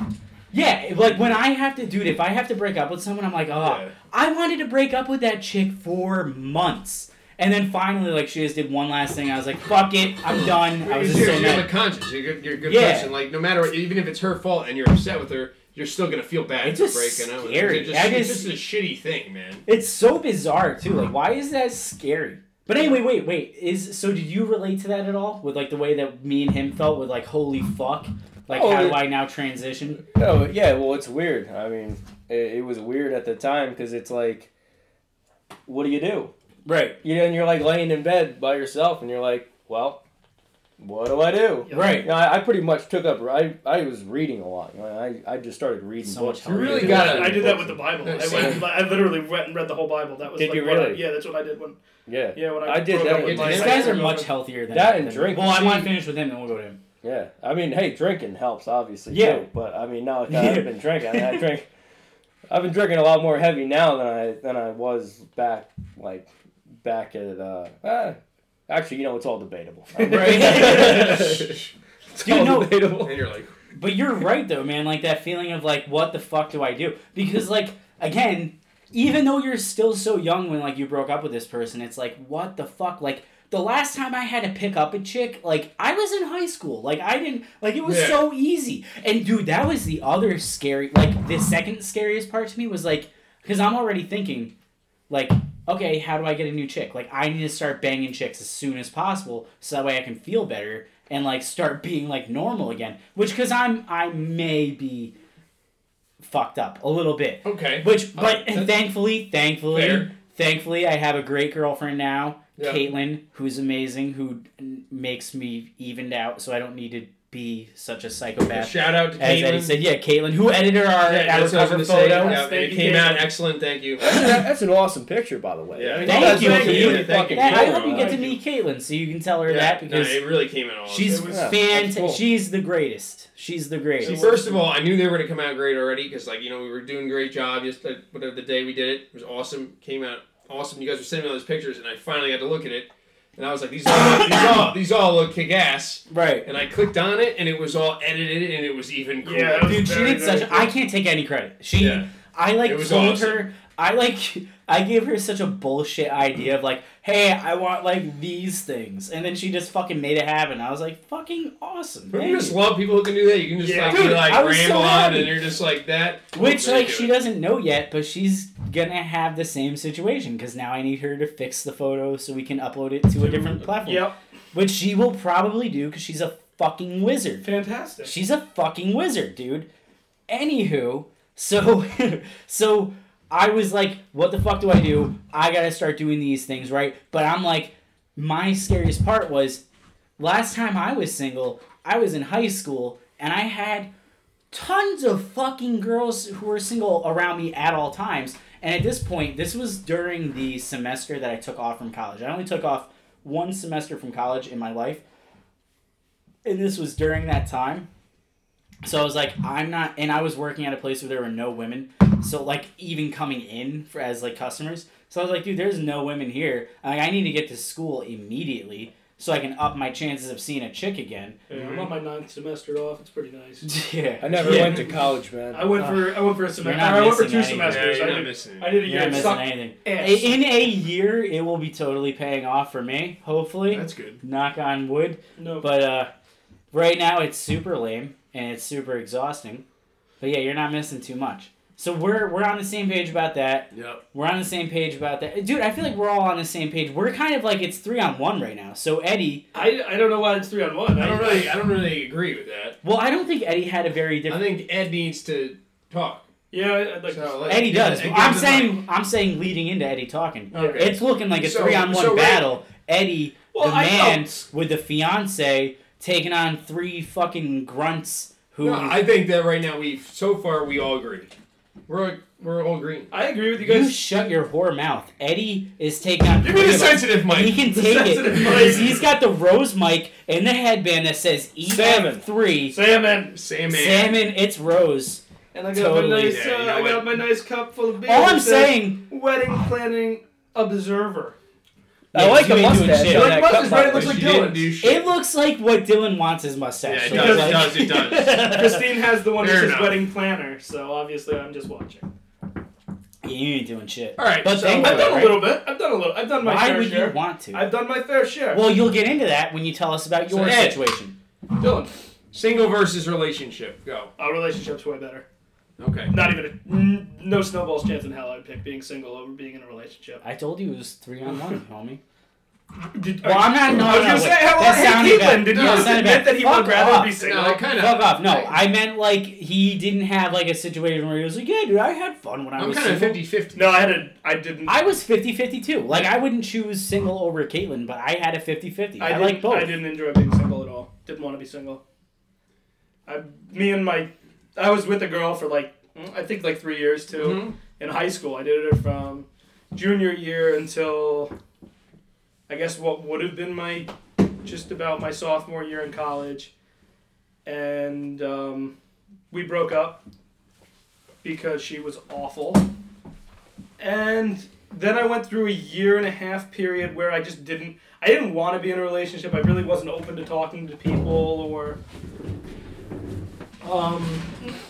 Yeah, like when I have to, dude, if I have to break up with someone, I'm like, oh,
Yeah.
I wanted to break up with that chick for months. And then finally, like, she just did one last thing. I was like, fuck it, I'm done. I was
Because
just
you're,
so
you're like
mad.
conscious. You're a good, you're a good
Yeah.
person. Like no matter, even if it's her fault and you're upset with her, you're still gonna feel bad
It's
for
just
breaking up. with her.
scary.
It's
I
just, it's
just-
just a shitty thing, man.
It's so bizarre, too. Like, why is that scary? But anyway, wait, wait. Is so? Did you relate to that at all? With like the way that me and him felt with like, holy fuck, like
Oh,
how do
it-
I now transition?
Oh yeah, well it's weird. I mean, it, it was weird at the time because it's like, what do you do?
Right,
You know, and you're like laying in bed by yourself, and you're like, well, what do I do? You
right.
know, I, I pretty much took up. I, I was reading a lot. You know, I, I just started reading
So
books.
much You
really gotta-
I did that with the Bible. I,
Yeah,
went, I literally went and read the whole Bible. That was
Did
like
you
what I-
really?
yeah, that's what I did when
Yeah,
yeah when I,
I did
broke
that
up
with
with my
These
These
guys
guys
are much healthier than
That and
than-
drinking.
Well, I want to
See-
finish with him, then we'll go to him.
yeah. I mean, hey, drinking helps obviously.
Yeah.
too, but I mean, now that I've
Yeah.
been drinking, I, mean, I drink. I've been drinking a lot more heavy now than I than I was back like back at uh, uh actually you know it's all debatable. it's
Dude,
all
no.
debatable.
and you're like,
But you're right though, man. Like that feeling of like, what the fuck do I do? Because like again, even though you're still so young when like you broke up with this person, it's like, what the fuck? Like the last time I had to pick up a chick, like I was in high school. Like I didn't like it was
Yeah.
so easy. And dude, that was the other scary like the second scariest part to me was like because I'm already thinking, like, okay, how do I get a new chick? Like, I need to start banging chicks as soon as possible, so that way I can feel better and like start being like normal again. Which, because I'm I may be fucked up a little bit.
okay.
Which,
Uh,
but
that's-
thankfully, thankfully,
Fair.
thankfully, I have a great girlfriend now,
Yeah.
Caitlin, who's amazing, who n- makes me evened out, so I don't need to be such a psychopath.
shout out to
As Eddie
Caitlin.
said, yeah, Caitlin, who edited our,
Yeah,
our
that's what I was
cover
gonna
photo.
say. Yeah,
Thank
it
you,
came
Caitlin.
out excellent. Thank you.
That's an awesome picture, by the way.
Yeah.
I mean,
Thank
that's
you,
really
Keith.
good fucking
Yeah, I
photo.
hope you get to
Thank
meet Caitlin so you can tell her
Yeah,
that
no,
because
it really came out. awesome.
she's
it was-
fant-
Yeah, cool.
she's the greatest. She's the
So
greatest.
first of all, I knew they were gonna come out great already because like you know we were doing a great job yesterday. Whatever the day we did it, it was awesome. Came out awesome. You guys were sending me all those pictures, and I finally got to look at it, and I was like, these all these all these all look kick ass.
Right.
And I clicked on it, and it was all edited, and it was even cooler.
Yeah, that was
Dude, she
very,
did
very
such
cool.
I can't take any credit. She
Yeah.
I like
It was
told
awesome.
her I like I gave her such a bullshit idea of like, hey, I want like these things. And then she just fucking made it happen. I was like, fucking awesome.
Don't
Thank
you just
you.
love people who can do that? You can just
Yeah.
like,
Dude,
be, like
I was so
ramble on,
happy.
and you're just like that.
Which
They
like
do
she
it.
doesn't know yet, but she's gonna have the same situation because now I need her to fix the photo so we can upload it to a different platform.
Yep,
Which she will probably do because she's a fucking wizard.
fantastic.
She's a fucking wizard, dude. Anywho, so so I was like, what the fuck do I do? I gotta start doing these things, right? But I'm like, my scariest part was last time I was single, I was in high school and I had tons of fucking girls who were single around me at all times. And at this point, this was during the semester that I took off from college. I only took off one semester from college in my life. And this was during that time. So I was like, I'm not, and I was working at a place where there were no women. So like, even coming in for as like customers. So I was like, dude, there's no women here. Like, I need to get to school immediately. so I can up my chances of seeing a chick again.
Yeah, I'm on my ninth semester off. It's pretty nice.
Yeah.
I never
Yeah.
went to college, man.
I went for I went for a
You're
semester.
not
I went for two
missing anything.
semesters.
Yeah,
I,
you're not
did,
missing.
I did
You're
a year.
not
It
missing
sucked
anything.
ass.
A- In a year, it will be totally paying off for me, hopefully.
That's good.
Knock on wood.
no.
But uh, right now, it's super lame and it's super exhausting. But yeah, you're not missing too much. So we're we're on the same page about that.
Yep.
We're on the same page about that, dude. I feel like we're all on the same page. We're kind of like it's three on one right now. So Eddie,
I, I don't know why it's three on one.
I don't really, I don't really agree with that.
well, I don't think Eddie had a very
I
different.
think Ed needs to talk.
Yeah, I- I'd like.
So,
to,
like,
Eddie does.
give- give
I'm
him
saying I'm saying leading into Eddie talking.
the mic. Okay.
It's looking like a
So-
three on one
so right-
battle. Eddie,
Well,
the
I
man
felt-
with the fiance, taking on three fucking grunts who
No, I think that right now we, so far, we all agree. We're we're all green.
I agree with you
You
guys.
shut your whore mouth. Eddie is taking on.
You're being
three of us.
sensitive,
He
Mike.
can
The
take it
sensitive mic.
because he's got the rose mic and the headband that says E
Salmon.
EF3.
Salmon.
Sam,
Salmon, it's rose.
And I got my
Totally.
nice.
Yeah, you know
uh, I
what?
got my nice cup full of beer.
All
that
I'm
says
saying,
Wedding planning observer.
I
Yeah,
like
you
a
ain't doing
mustache.
shit.
on
You like
that cup,
mustaches, right? It
by
looks
the
like
way.
You didn't
Dylan.
do shit.
it looks like what Dylan wants his mustache.
Yeah,
looks
it does, it
like.
does, it
Christine has the one that
Fair
says
enough.
wedding planner, so obviously I'm just watching.
You ain't doing shit.
All right,
But
so-
thank
I've
God,
done a
right?
little bit. I've done a little. I've done my
Why
fair
would
share.
you want to?
I've done my fair share.
Well, you'll get into that when you tell us about
So,
your
Ed.
situation.
Dylan,
Single versus relationship. Go.
our relationship's way better.
Okay.
Not even a n- no snowball's chance in hell. I'd pick being single over being in a relationship.
I told you it was three on one, homie.
Did,
Well, I'm not. No,
I was
no,
gonna
wait.
say, how
That
about hey
sounded bad.
Caitlin? Did
No,
you
that
just
sounded
admit
bad.
that he
Fuck
would rather
off.
be single?
No, kind
Fuck
of.
off. No, I meant like he didn't have like a situation where he was like, yeah, dude, I had fun when I
I'm
was
kind of
single.
50 50.
No, I had a. I didn't.
I was 50 50 too. Like, I wouldn't choose single over Caitlyn, but I had a 50 50. I,
didn't,
like both.
I didn't enjoy being single at all. Didn't want to be single. I, me and my, I was with a girl for like, mm, I think like three years too.
Mm-hmm.
Mm-hmm.
In high school, I did it from junior year until, I guess what would have been my, just about my sophomore year in college, and um, we broke up because she was awful. And then I went through a year and a half period where I just didn't I didn't want to be in a relationship. I really wasn't open to talking to people or um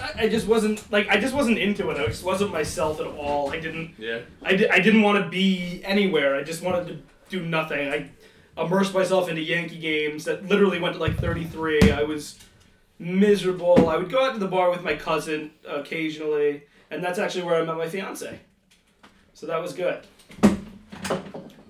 I- I just wasn't like I just wasn't into it. I just wasn't myself at all. I didn't
Yeah.
I, di- I didn't want to be anywhere. I just wanted to do nothing. I immersed myself into Yankee games that literally went to like 33. I was miserable. I would go out to the bar with my cousin occasionally, and that's actually where I met my fiance. So that was good.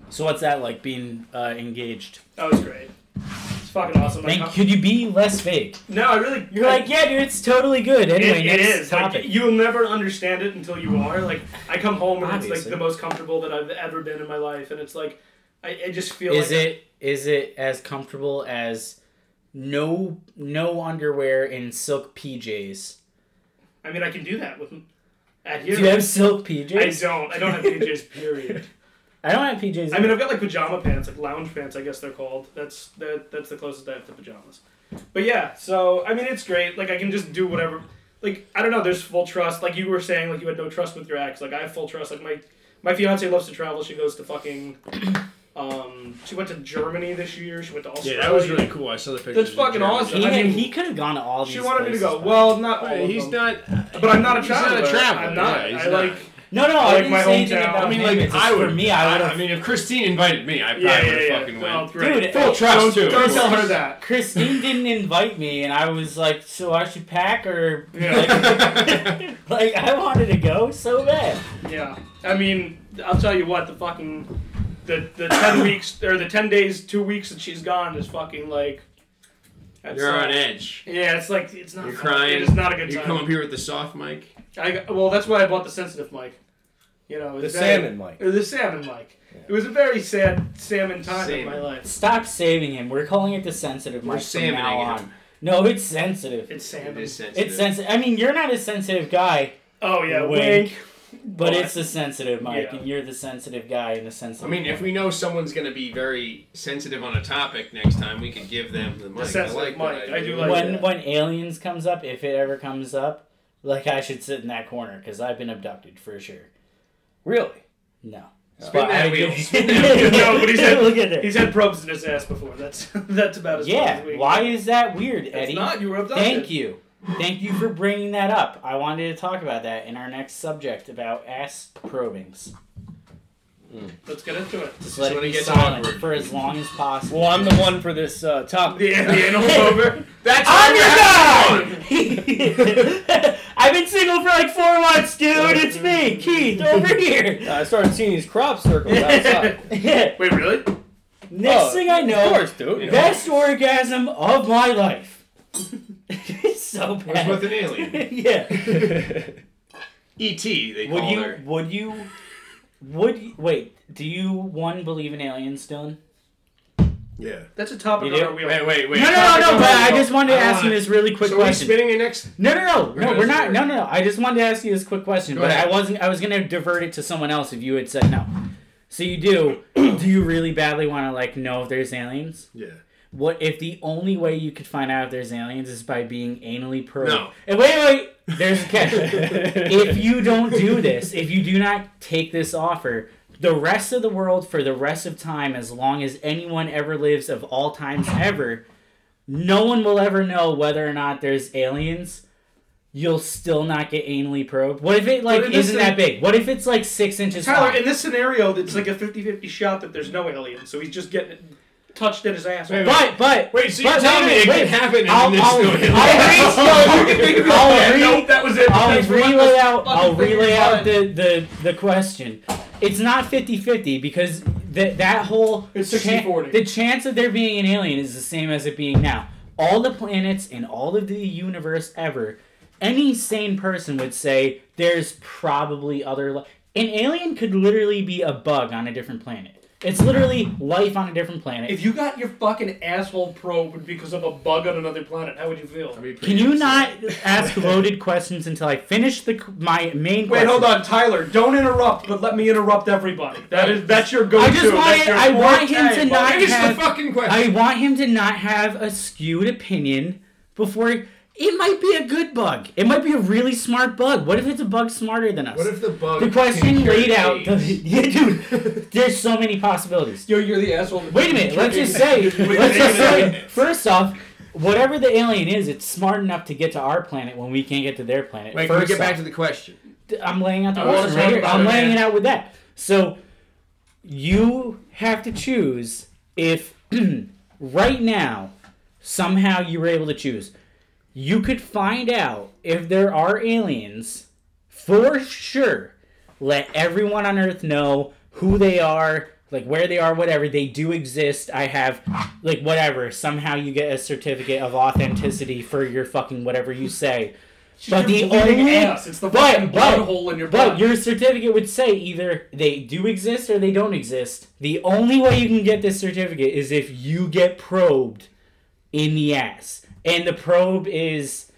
so, what's that like being uh, engaged?
That was great. It's fucking awesome. My
Like,
co-
could you be less vague?
no, I really.
You're like, yeah, dude, it's totally good.
It-
Anyway,
it
next
is. Like,
topic.
you'll never understand it until you are. Like I come home and it's
Obviously.
like the most comfortable that I've ever been in my life, and it's like I, I just feel
is
like
it is it as comfortable as no no underwear and silk PJs?
I mean, I can do that with at
Do
here.
you have silk
I
PJs?
don't. I don't have PJs. Period.
I don't have PJs.
I mean, I've got like pajama pants, like lounge pants, I guess they're called. That's that, that's the closest I have to pajamas. But yeah, so I mean, it's great. Like I can just do whatever. Like I don't know. There's full trust. Like you were saying, like you had no trust with your ex. Like I have full trust. Like my my fiance loves to travel. She goes to fucking. Um, she went to Germany this year. She went to Australia.
Yeah, that was really cool. I saw the pictures.
That's fucking
of Jeremy.
awesome.
he,
I mean-
he could have gone to all these.
She wanted me to
places,
go.
but-
Well, not all
Hey,
of
He's
them.
not.
But I'm not a
he's not a
traveler.
traveler.
I'm not.
Yeah, he's
I like.
not.
no, no,
I
I
like
didn't
my
say anything
hometown.
about
I
I mean,
him.
like,
It's just
I would.
for me, I would
I
have.
mean, if Christine invited me, I probably
Yeah,
would
yeah,
have
yeah.
fucking
Well,
went.
great.
Dude,
Full trust, too.
don't, don't
of
tell her
course.
that.
Christine didn't invite me, and I was like, so I should pack or
Yeah.
like, like, I wanted to go so bad.
Yeah, I mean, I'll tell you what, the fucking, the the ten weeks or the ten days, two weeks that she's gone is fucking like. that's
You're
not-
on edge.
Yeah, it's like it's not.
You're
fun.
crying.
It's not a good
You
time.
come up here with the soft mic.
I got- well, that's why I bought the sensitive mic. You know, it
The
was
salmon mic.
Or the salmon mic. It was a very sad salmon time in
Salmon.
my life.
Stop saving him. We're calling it the sensitive
We're
mic from now
salmoning
on.
him.
No, it's sensitive.
It's
It
salmon.
is sensitive.
It's sensitive. I mean, you're not a sensitive guy,
oh yeah,
Wink.
wink.
but it's the sensitive mic,
Yeah.
and you're the sensitive guy and the sensitive.
I mean, if we know someone's going to be very sensitive on a topic next time, we could give them the mic.
sensitive
I like that
mic. I do
idea.
like
when
that.
when aliens comes up, if it ever comes up, like I should sit in that corner because I've been abducted for sure.
Really?
No,
Spin that
I-
wheel. Spin that wheel.
No, but he's had-
Look at it.
He's had probes in his ass before. That's that's about as bad
Yeah,
as we
why
get.
is that weird, Eddie?
It's not. You were abducted.
Thank you. Thank you for bringing that up. I wanted to talk about that in our next subject about ass probings.
Let's get into it.
Just
Just
let it
let
be
it get
silent
awkward.
for as long as possible.
Well, I'm the one for this uh, topic.
The, the animal over.
That's
I'm your
what happened.
guy! I've been single for like four months, dude. It's me, Keith, over here.
uh, I started seeing these crop circles outside.
Next
Wait, really?
Oh,
thing I
of
know,
course, dude.
You know.
best orgasm of my life. it's so
Was
bad.
with an alien.
yeah.
ET. E They
Would
call
you?
her.
Would you? Would you, wait? Do you one believe in aliens, Dylan?
Yeah.
That's a topic
You do?
on our wheel.
Wait, wait, wait.
no, no, no, no.
Topic
But I
on-
just wanted to
I
ask you
wanna-
this really quick
so are we
question.
spinning your next?
no, no, no,
We're
no.
gonna
We're not.
start.
No, no, no. I just wanted to ask you this quick question,
Go
but
ahead.
I wasn't. I was gonna divert it to someone else if you had said no. So you do. do you really badly want to like know if there's aliens?
Yeah.
What if the only way you could find out if there's aliens is by being anally probed?
No.
And wait, wait, wait. There's a catch. if you don't do this, if you do not take this offer, the rest of the world for the rest of time, as long as anyone ever lives of all times ever, no one will ever know whether or not there's aliens. You'll still not get anally probed. What if it like
But it
isn't that
doesn't-
big? What if it's like six inches
Tyler,
long?
in this scenario, it's like a 50-50 shot that there's no alien, so he's just getting touched in his ass.
Wait,
But but
Wait, so you're
But
telling me
wait,
it
wait.
can happen and
I'll-
then
I'll-
there's no
I'll
alien?
re- I'll
Yeah,
re-
nope, that was it.
I'll
Thanks, Ron.
relay out. I'll
fucking
relay
figure
out
it
the, the the question. It's not 50-50 because that that whole
It's
cha-
60-40.
the chance of there being an alien is the same as it being now. All the planets in all of the universe ever, any sane person would say there's probably other li- an alien could literally be a bug on a different planet. It's literally life on a different planet.
If you got your fucking asshole probed because of a bug on another planet, how would you feel?
Can you not ask loaded questions until I finish the my main?
Wait,
question?
hold on, Tyler. Don't interrupt, but let me interrupt everybody. That is that's your go-to.
I just want
That's
it,
your
I want
forte,
him to
buddy.
not
Finish the
have.
fucking question.
I want him to not have a skewed opinion before. It might be a good bug. It might be a really smart bug. What if it's a bug smarter than us?
What if the bug?
the
can
question
cure
laid out? The,
AIDS?
yeah, dude, there's so many possibilities.
Yo, you're the asshole. that-
Wait a minute. Let's just say. let's just say. First off. Whatever the alien is, it's smart enough to get to our planet when we can't get to their planet.
Wait, can we
first
get
off.
back to the question?
I'm laying out the
I wanna
question right
talk
here.
Oh, about
I'm
it,
laying
man.
it out with that. So you have to choose if right now somehow you were able to choose. You could find out if there are aliens for sure. Let everyone on Earth know who they are, like where they are, whatever. They do exist. I have, like, whatever. Somehow you get a certificate of authenticity for your fucking whatever you say. But the
You're bleeding
only
ass. It's the
but-
fucking
but-
blood hole in your
but
butt.
your certificate would say either they do exist or they don't exist. The only way you can get this certificate is if you get probed in the ass. And the probe is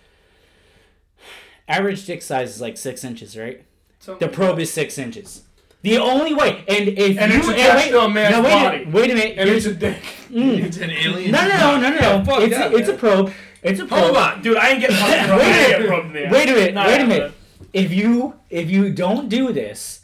average dick size is like six inches, right? The probe is six inches. The only way, and if
And
you
it's attached
wait,
to a man's
no, wait,
body.
A, wait a minute,
and
you're- Mm.
it's a dick.
It's an alien.
no, no, no, no, no,
fuck
it's,
that,
a, it's a
man.
probe. It's a probe.
Hold on.
Dude, I ain't getting fucking probed. I ain't getting probed in the ass.
Wait a minute.
Not
wait a
happening.
minute. If you if you don't do this,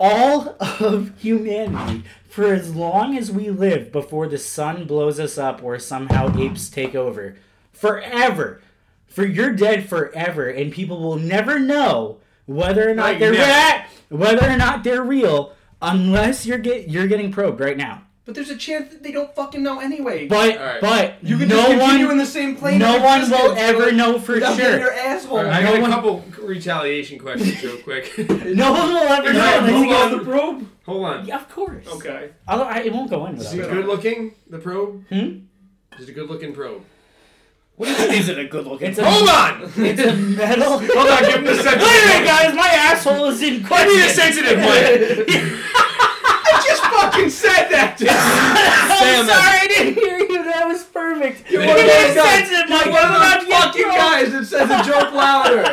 all of humanity for as long as we live before the sun blows us up or somehow apes take over, forever, for you're dead forever, and people will never know whether or not
Right,
they're
never.
rat, whether or not they're real, unless you're get you're getting probed right now.
But there's a chance that they don't fucking know anyway.
But
All right.
but
you can
no
just continue
one
in the same plane.
no
of
one will
existence,
ever
dude,
know for
without getting Your
sure.
asshole.
All right, I
No
got
one-
a couple retaliation questions real quick.
No one will ever
No,
know.
move
unless you go-
on.
the probe.
Hold on.
Yeah, of course.
Okay.
Although I, it won't go in
Is
without.
he
it.
good looking? The probe.
Hmm?
Is it a good looking probe?
What is, is it a good looking?
It's a-
Hold on.
It's a metal. Wait
Hold on. Give him the
a
second.
minute, guys. My asshole is in question.
Be a sensitive one.
I just fucking said that.
I'm sorry, I didn't hear you. That was perfect. You're
one of
being
those
guys.
sensitive, Mike.
One
I'm about
of
to
those
get
fucking
thrown.
guys that says a joke louder.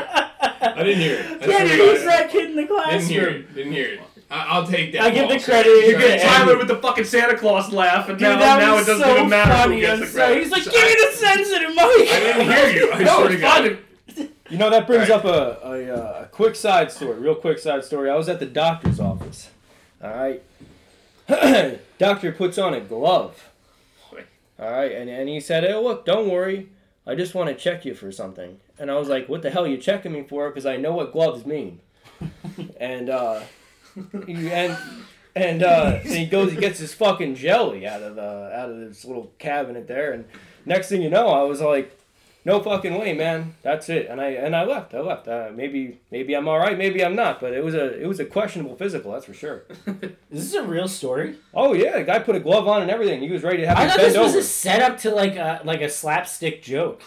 I didn't hear it. I
Yeah,
swear to
dude, he's
God.
that kid in the
Didn't hear
classroom.
it. Didn't hear it. I- I'll take that.
I give
Paul.
the credit.
You
You're
get
good.
Tyler with the fucking Santa Claus laugh, and
Dude,
now,
that
now
was
it doesn't
so
even matter
funny.
who gets
I'm
the
sorry.
credit.
He's like,
So
give me
I-
the sensitive,
I didn't
Mike.
hear you. I
no,
swear to
it's
God.
fun.
You know, that brings up
Right.
a, a, uh, a quick side story, real quick side story. I was at the doctor's office All right. Doctor puts on a glove. All right, and, and he said, "Oh look, don't worry. I just want to check you for something." And I was like, "What the hell are you checking me for?" Because I know what gloves mean. and uh, he- and and uh, and he goes, he gets his fucking jelly out of the out of this little cabinet there, and next thing you know, I was like, "No fucking way, man. That's it." And I and I left. I left. Uh, maybe maybe I'm all right. Maybe I'm not. But it was a it was a questionable physical. That's for sure.
Is this a real story?
Oh yeah, the guy put a glove on and everything. He was ready to have
I
him
thought
bend
this was
over.
a setup to like a like a slapstick joke.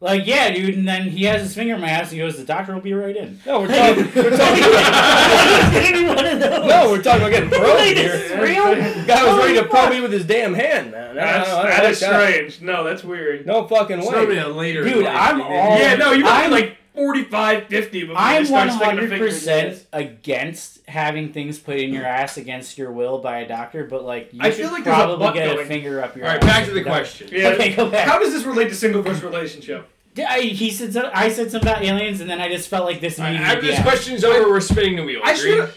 Like yeah, dude, and then he has his finger in my ass and he goes, "The doctor will be right in."
No, we're talking. We're talking
I was getting one of those.
no, we're talking about getting
Really,
probed
this
here.
is real.
The guy was ready to
Holy
probe
Oh, fuck.
me with his damn hand, man. I
That's,
don't know, I don't
that
like
is
that.
strange. No, that's weird.
No fucking
It's not
way.
really later. in
Dude,
life,
I'm
you know?
all-
Yeah, no, you might
I'm-
be like 45, 50 before
I'm
you
one
start sticking a
hundred
finger in your
percent
ass.
against having things put in your ass against your will by a doctor, but like you
I
should
feel like there's a
probably
butt
get a
going.
finger up your.
All right,
ass
back
if
to the
you don't.
question.
Yeah.
Okay, go back.
How does this relate to single versus relationship?
D- I- he said some, I said something about aliens, and then I just felt like this.
All right,
immediately
after this
began.
question's over, we're spinning the wheel.
I
agreed?
should've-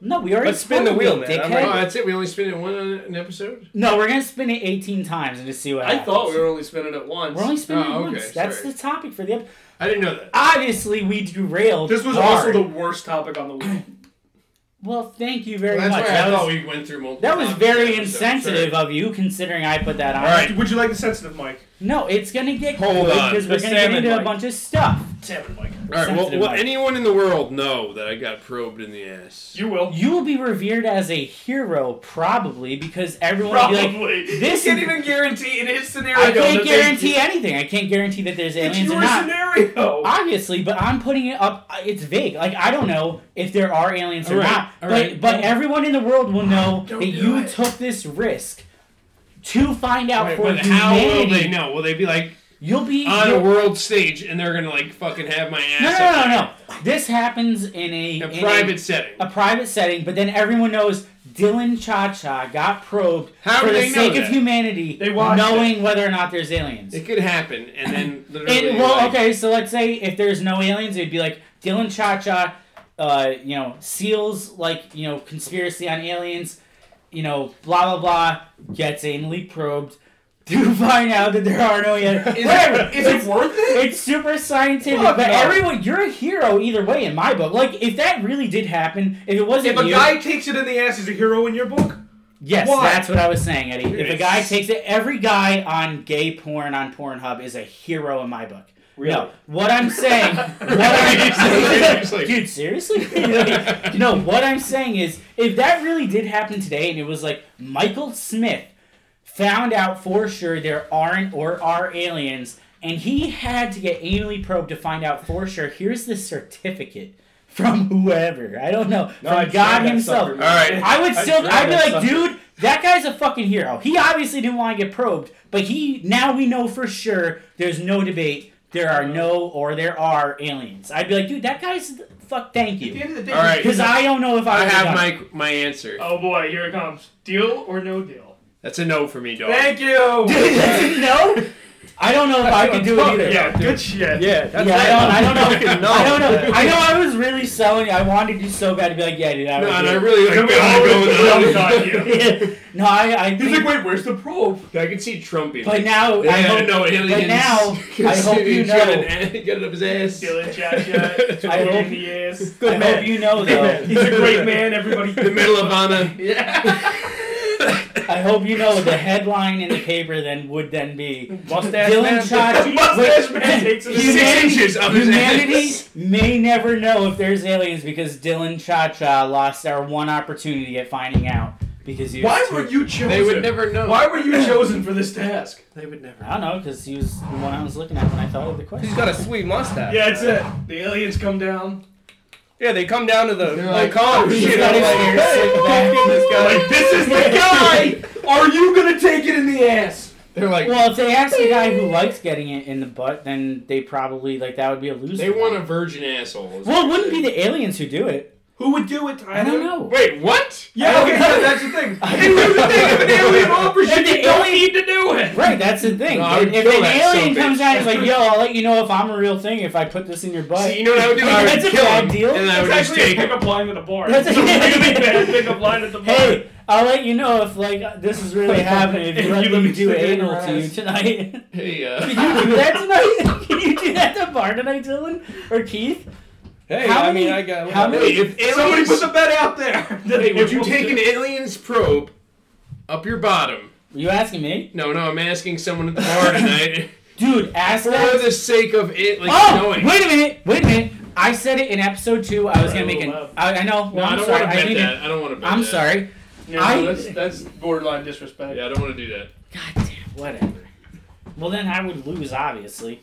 no, we already
Let's spin the
spun
wheel,
it,
man. I'm
dickhead.
ready.
Oh, that's it. We only spin it one on an episode.
No, we're gonna spin it eighteen times and just see what.
I
happens.
thought we were only spinning it once.
We're only spinning
Oh,
it
okay,
once. That's
sorry.
the topic for the. Ep-
I didn't know that.
Obviously, we derailed.
This was
hard.
also the worst topic on the wheel.
Well, thank you very
That's
much.
why I
That
thought
was,
we went through multiple.
that was
times
very
in the episode.
insensitive
Sorry.
of you, considering I put that on.
All right.
Would you like the sensitive mic?
No, it's gonna get
Hold
good
on.
because we're
The
gonna get
salmon
into a
mic.
bunch of stuff.
Salmon mic.
All right. Well,
sensitive
will
mic.
anyone in the world know that I got probed in the ass?
You will.
You will be revered as a hero, probably, because everyone will be like,
Probably.
this-
you can't even guarantee in his scenario.
I can't
that they-
guarantee anything. I can't guarantee that there's
It's
aliens or
your
not.
scenario.
Obviously, but I'm putting it up. uh, It's vague. Like I don't know if there are aliens or
All right,
not.
all
But
right.
but everyone in the world will know
Don't
that
do
you
it.
took this risk to find out
Wait,
for
but how will
humanity.
they know? Will they be like
You'll be
on a
you'll-
world stage and they're gonna like fucking have my ass?
no, no,
up
no, no, no. This happens in a,
In a
in
private setting.
a private setting, but then everyone knows Dylan Cha Cha got probed
How
for
do
the
they know
sake of
that?
humanity,
They watched
knowing whether or not there's aliens.
It could happen, and then literally.
It, well,
like,
okay, so let's say if there's no aliens, it'd be like Dylan Cha Cha, uh, you know, seals like you know conspiracy on aliens, you know, blah blah blah, gets anally probed to find out that there are no aliens.
Is,
Whatever.
it, is it worth it?
It's super scientific,
Fuck
but
no.
everyone, you're a hero either way in my book. Like, if that really did happen, if it wasn't
If a
you,
guy takes it in the ass, he's a hero in your book.
yes,
Why?
that's what I was saying, Eddie. If a guy
It's-
takes it, every guy on gay porn on Pornhub is a hero in my book.
Really?
No, what I'm saying, what I'm
Seriously.
dude, seriously, like, no, what I'm saying is, if that really did happen today, and it was like Michael Smith found out for sure there aren't or are aliens, and he had to get anally probed to find out for sure. Here's the certificate from whoever. I don't know.
No, I'd
from God
drag that
himself.
sucker, man.
All right.
I would
I'd
still.
drag
I'd be
that
like,
sucker.
dude, that guy's a fucking hero. He obviously didn't want to get probed, but he now we know for sure. There's no debate. There are no or there are aliens. I'd be like, dude, that guy's fuck. Thank
At the
you,
end of the day,
All right.
because I don't know if I,
I
would've
have
done it.
my my answer.
Oh boy, here it comes. Deal or no deal?
That's a no for me, dog.
Thank you.
Dude, that's a no. I don't know if I could do it either.
Yeah, good shit.
Yeah, that's
Yeah, I don't, I don't know.
Fucking no.
I don't know. I know I was really selling. it. I wanted to do so bad to be like, yeah, dude, I
No,
would
and
do
I
it.
really like.
Then we all would jump on you.
Yeah. no, I, I
He's
think-
like, wait, where's the probe?
I can see Trump being.
but now
yeah,
I hope,
no aliens.
but now I hope you
He's got
know.
an- he got it up his ass.
Dylan Jack.
I hope-
he is.
I hope you know
He's
though.
a great man. Everybody.
The middle of Anna.
I hope you know the headline in the paper then would then be
Mustache
Dylan
man.
Chachi.
Mustache
wait,
man takes it.
humanity-
Six inches up his
Humanity
ass.
may never know if there's aliens because Dylan Cha Cha lost our one opportunity at finding out because he was
Why
too-
were you chosen?
They would never know.
Why were you chosen for this task?
They would never.
I don't know because he was the one I was looking at when I thought of the question.
He's got a sweet mustache.
Yeah, that's it. The aliens come down.
Yeah, they come down to the
They're
the
like,
car.
oh,
you
he's
know,
got his
like,
hair slicked back.
fucking this guy.
Like, this is the guy. Are you gonna take it in the ass?
They're like.
Well, if they asked the guy who likes getting it in the butt, then they probably like that would be a loser.
They want a virgin asshole. is
Well, it
what
wouldn't be
they're
the aliens who do it.
Who would do it, Tyler?
I don't know.
Wait, what?
Yeah, okay,
I don't
that's the thing.
It was a thing of an alien opera show.
And
You
they
don't
don't
need to do it.
Right, that's the thing.
No, I
if
would
if
kill
an
that
alien
son of a
comes
bitch.
out and is like, yo, I'll let you know if I'm a real thing if I put this in your butt.
See, you know what I would do? I
That's
would
a
kill
bad
him,
deal.
and I
That's
would just
actually a
take him.
pickup line at the bar.
That's
That's
a-
a really bad pickup line at the bar.
hey, I'll let you know if like this is really happening. If you
If
let
you
me
let me
do
stick it in
anal
your
to you
ass.
tonight.
Hey,
Can
uh,
you do that tonight? Can you do that at the bar tonight, Dylan or Keith?
Hey,
How
I
many-
mean, I got.
how many-
wait, if
Somebody
aliens,
put the bet out there. that they
if you
would
take
do
an
it.
alien's probe up your bottom,
Are you asking me,
no, no, I'm asking someone at the bar tonight
dude? Ask
for
that.
the sake of it, like
oh,
knowing.
wait a minute, wait a minute. I said it in episode two. I was gonna make an.
Right.
I, I know.
no,
Well,
I
I'm
don't
sorry.
want to
I
bet
need
that.
to-
I don't want to bet
I'm
that.
sorry.
Yeah,
I-
no, that's, that's borderline disrespect.
Yeah, I don't want to do that.
God damn. Whatever. Well, then I would lose, obviously.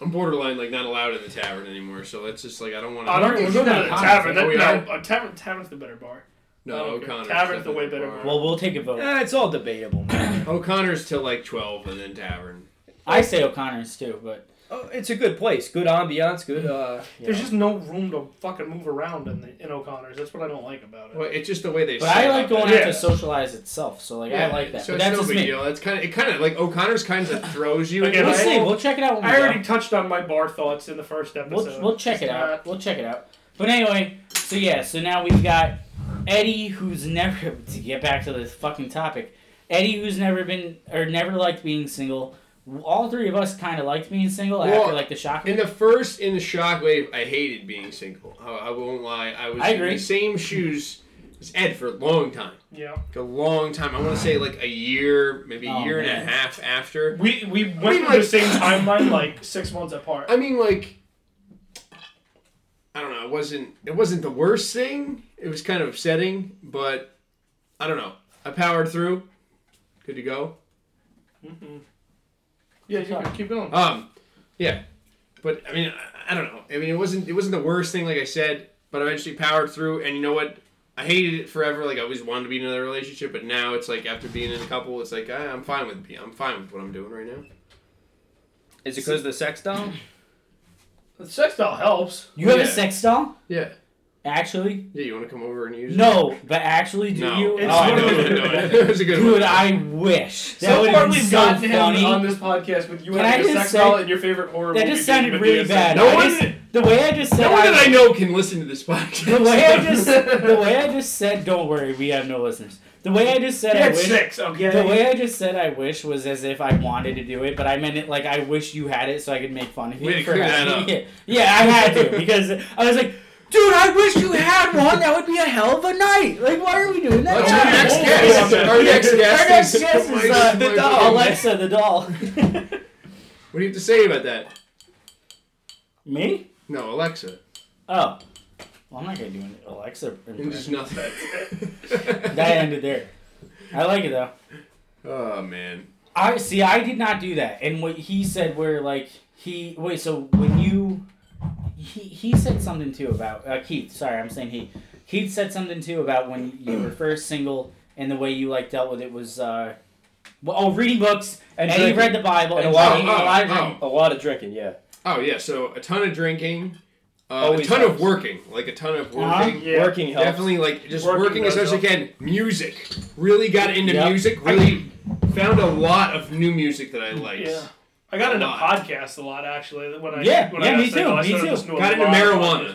I'm borderline like not allowed in the tavern anymore, so that's just like I don't want to.
I don't
We're
think
going
we're
to
not
the
a tavern.
conference.
That,
Oh,
no, a tavern, tavern's the better bar.
No,
Oh, okay.
O'Connor's
Tavern's the
definitely
way
the
better
bar.
bar.
Well, we'll take a vote.
Eh, it's all debatable, man.
O'Connor's till like twelve, and then tavern.
I say O'Connor's too, but
oh, it's a good place. Good ambiance. Good. Uh, you
There's
know.
just no room to fucking move around in the in O'Connor's. That's what I don't like about it.
Well, it's just the way they.
but
set
I
it
like
up.
going
Yeah.
out to socialize itself. So like I like that.
So
but
it's
that's
no
just
big
me.
deal. It's kind of it kind of like O'Connor's kind of throws you.
Okay,
into
We'll
Right.
it.
see. We'll check it out. When we
I
go.
already touched on my bar thoughts in the first
We'll,
episode.
we'll check it
Just
out.
not-
We'll check it out. But anyway, so yeah, so now we've got Eddie, who's never to get back to this fucking topic. Eddie, who's never been or never liked being single. All three of us kind of liked being single
Well,
after like the shock.
In the first, in the shockwave, I hated being single. I, I won't lie. I was
I agree.
in the same shoes as Ed for a long time.
Yeah.
Like a long time. I want to say like a year, maybe a
Oh,
year
man.
and a half after.
We we went
mean,
through
like-
the same timeline like six months apart.
I mean, like, I don't know. It wasn't. It wasn't the worst thing. It was kind of upsetting, but I don't know. I powered through. Good to go.
Yeah, you can keep going.
Uh,
Um, yeah, but I mean, I, I don't know. I mean, it wasn't it wasn't the worst thing, like I said, but I eventually powered through. And you know what? I hated it forever. Like I always wanted to be in another relationship, but now it's like after being in a couple, it's like I, I'm fine with being. I'm fine with what I'm doing right now.
Is it because of the sex doll?
The sex doll helps.
you have a
yeah.
sex doll,
Yeah,
actually?
yeah. You want to come over and use?
No, but actually, do
it? no.
you?
It's
Oh, I
no,
one of
know.
the-
no, no, it was a good
Dude,
one.
I wish. That
so
would've
far,
been
we've
so
gotten him
funny.
on this podcast with you
Can
and
I
your
just
sex
say-
doll and your favorite horror
that
movie.
just sounded
being
really
BDSM.
bad.
No
I
one-
just- the way I just said,
no one
I,
that I know can listen to this podcast.
The way I just, the way I just said, don't worry, we have no listeners. The way I just said,
He
I
had
wish.
six, okay?
The way I just said I wish was as if I wanted to do it, but I meant it like I wish you had it so I could make fun of you
Way to
for
clear
having
that up.
it. Yeah, I had to because I was like, dude, I wish you had one. That would be a hell of a night. Like, why are we doing that?
Let's
now?
Our next
Oh,
guest-
yeah.
our
next guest
Our next
is-
guest is, uh,
the doll.
Alexa, the doll.
What do you have to say about that?
Me?
No, Alexa.
Oh. Well, I'm not gonna do an Alexa
Just
impression.
nothing.
That ended there. I like it though.
oh man.
I see. I did not do that. And what he said, where like he wait. So when you he he said something too about uh, Keith. Sorry, I'm saying he. Keith said something too about when you were first single and the way you like dealt with it was uh, well, oh, reading books and,
And
he
drinking.
read the Bible and,
And a lot-
drinking, and a lot of
oh,
drinking.
A lot of drinking, yeah.
Oh yeah, so a ton of drinking, uh, a
Always
ton of
helps.
working, like a ton of working.
Uh-huh.
Yeah.
Working helps.
Definitely like just working,
Working
as much
does
as you can. Music, really got into
Yep.
music. Really found a lot of new music that I liked.
Yeah. I got
A
into
lot.
podcasts a lot actually. When I
Yeah,
when
yeah,
I
me
got single,
too,
I
me
started
too.
listening to a
Got into
lot of
marijuana.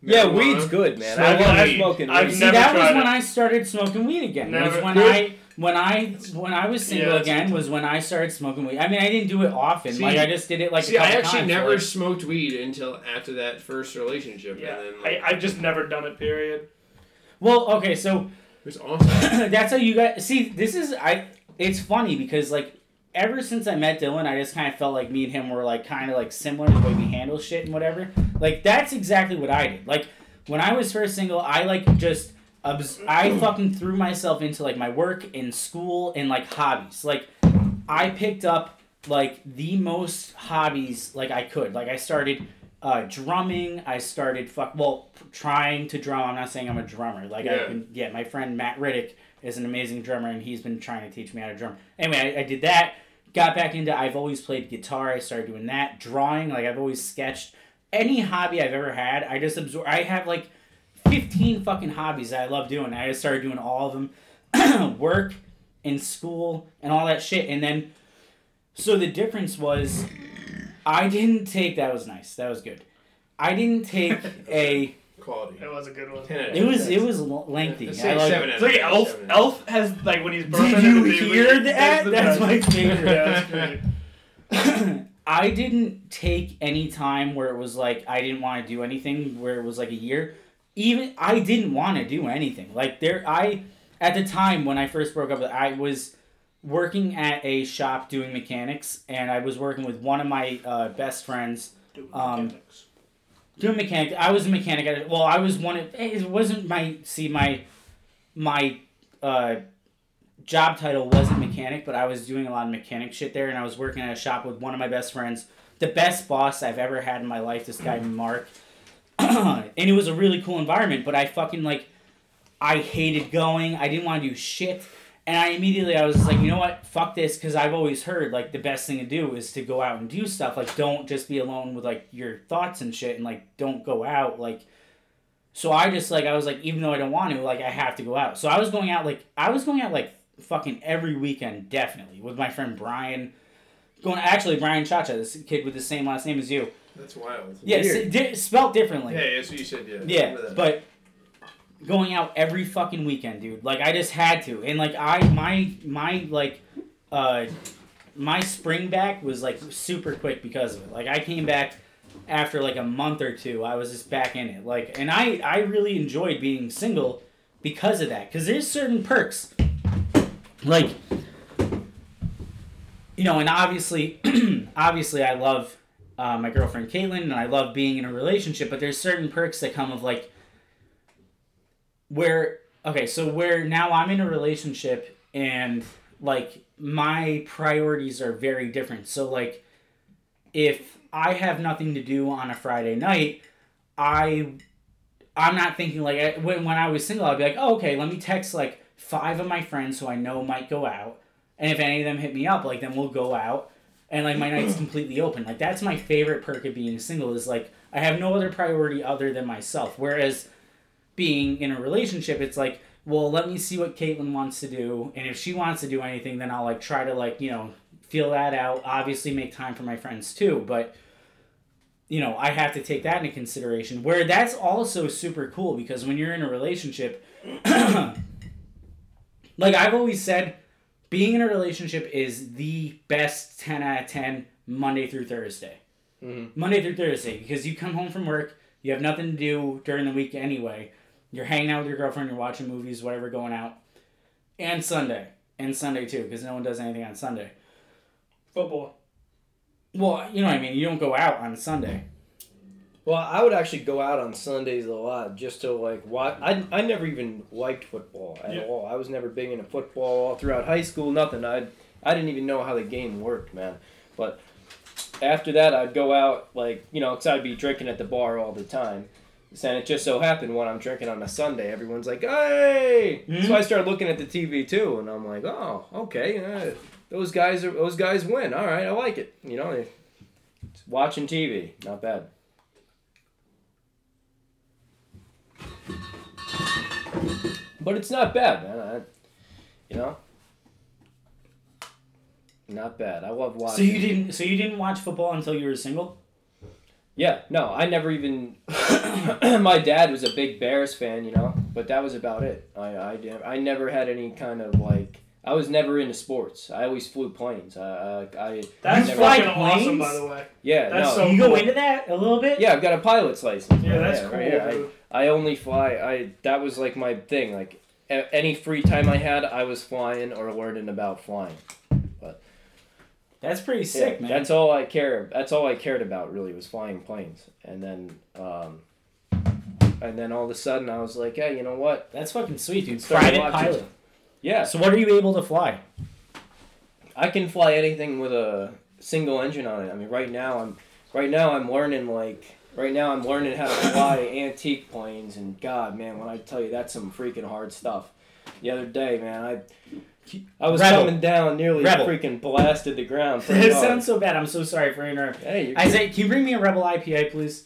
Yeah,
Marijuana.
weed's good, man.
Smoking
I love
weed.
smoking
I've
weed.
See,
never
that was
tried
when
it.
I started smoking weed again. Was
Never-
when I when I when I was single
Yeah, that's-
again was when I started smoking weed. I mean, I didn't do it often.
See-
like I just did it like.
See,
a couple
I actually
times,
never
like-
smoked weed until after that first relationship,
Yeah,
and then like,
I, I've just never done it. Period.
well, okay, so
it was awesome.
that's how you guys see this is i it's funny because like ever since i met dylan i just kind of felt like me and him were like kind of like similar in the way we handle shit and whatever like that's exactly what i did like when i was first single i like just obs- i fucking threw myself into like my work and school and like hobbies like i picked up like the most hobbies like i could like i started uh, drumming i started fuck well trying to drum i'm not saying i'm a drummer like
Yeah.
i've been yeah, my friend Matt Riddick is an amazing drummer, and he's been trying to teach me how to drum. Anyway, I, I did that. Got back into. I've always played guitar. I started doing that. Drawing, like I've always sketched. Any hobby I've ever had, I just absorb. I have like 15 fucking hobbies that I love doing. I just started doing all of them work and school and all that shit. And then, so the difference was I didn't take, that was nice. That was good. I didn't take a,
Quality.
That was a good one.
Ten
it was, it was l- lengthy.
Let's
I
say
like-
seven
It's
out of
like
ten,
Elf.
seven out of
Elf has like when he's burping.
Did
in
you
the big
hear
league,
that?
the
That's
best.
my
Yeah,
favorite.
that's great.
I didn't take any time where it was like I didn't want to do anything where it was like a year. Even I didn't want to do anything. Like there I at the time when I first broke up I was working at a shop doing mechanics and I was working with one of my uh, best friends
Doing
Um,
mechanics.
doing mechanic. I was a mechanic. I, well, I was one of it wasn't my see my my uh, job title wasn't mechanic, but I was doing a lot of mechanic shit there, and I was working at a shop with one of my best friends, the best boss I've ever had in my life. This guy Mark, and it was a really cool environment. But I fucking like I hated going. I didn't want to do shit. And I immediately I was just like, you know what, fuck this, because I've always heard like the best thing to do is to go out and do stuff. Like, don't just be alone with like your thoughts and shit, and like don't go out. Like, so I just like I was like, even though I don't want to, like I have to go out. So I was going out like I was going out like fucking every weekend definitely with my friend Brian. Going actually Brian Chacha, this kid with the same last name as you.
ten. That's wild.
Yes,
Weird.
di- spelt differently.
Yeah, that's what you said. Yeah.
Yeah,
Remember that.
but going out every fucking weekend, dude. Like I just had to, and like I my my like uh my spring back was like super quick because of it. Like I came back after like a month or two. I was just back in it. Like and I I really enjoyed being single because of that. Cause there's certain perks, like you know, and obviously obviously I love uh, my girlfriend Caitlin, and I love being in a relationship. But there's certain perks that come of like where okay, so where now I'm in a relationship and like my priorities are very different. So like if I have nothing to do on a Friday night, I I'm not thinking like I, when when I was single, I'd be like, oh, okay, let me text like five of my friends who I know might go out, and if any of them hit me up, like then we'll go out, and like my night's completely open. Like that's my favorite perk of being single is like I have no other priority other than myself. Whereas being in a relationship, it's like well, let me see what Caitlyn wants to do, and if she wants to do anything, then I'll like try to like you know feel that out. Obviously, make time for my friends too, but you know, I have to take that into consideration. Where that's also super cool because when you're in a relationship, like I've always said, being in a relationship is the best 10 out of 10 Monday through Thursday.
Mhm.
Monday through Thursday because you come home from work, you have nothing to do during the week anyway. You're hanging out with your girlfriend, you're watching movies, whatever, going out. And Sunday. And Sunday too because no one does anything on Sunday.
Football.
Well, you know what I mean? You don't go out on Sunday.
Well, I would actually go out on Sundays a lot just to like watch. I, I never even liked football at
Yeah.
all. I was never big into football all throughout high school. Nothing. I I didn't even know how the game worked, man. But after that, I'd go out like you know, 'cause I'd be drinking at the bar all the time. And it just so happened when I'm drinking on a Sunday, everyone's like, "Hey!"
Mhm.
So I started looking at the TV too, and I'm like, "Oh, okay, uh, those guys are those guys win. All right, I like it. You know, they- watching TV, not bad." But it's not bad, man. I, you know, not bad. I love watching.
So you didn't. So you didn't watch football until you were single.
Yeah, no, I never even. my dad was a big Bears fan, you know, but that was about it. I, I, did- I never had any kind of like. I was never into sports. I always flew planes. I, I, I
That's
You
never,
fly
fucking awesome,
planes?
by the way.
yeah,
That's
no,
so
you go
cool.
into that a little bit.
yeah. I've got a pilot's license.
Yeah,
right
that's
there,
cool.
right here. I-
dude.
I only fly. I that was like my thing. Like a- any free time I had, I was flying or learning about flying.
That's pretty sick,
Yeah,
man.
That's all I care. That's all I cared about really was flying planes. And then, um, and then all of a sudden, I was like, hey, you know what?
That's fucking sweet, dude.
Started
Private
watching-
pilot.
Yeah,
So what are you able to fly?
I can fly anything with a single engine on it. I mean, right now I'm, right now I'm learning like. Right now, I'm learning how to fly antique planes, and God, man, when I tell you that's some freaking hard stuff. The other day, man, I I was
Rebel.
coming down, nearly
Rebel.
freaking blasted the ground. pretty
it
hard.
sounds so bad. I'm so sorry for interrupting.
hey, you're
Isaiah, can you bring me a Rebel IPA, please?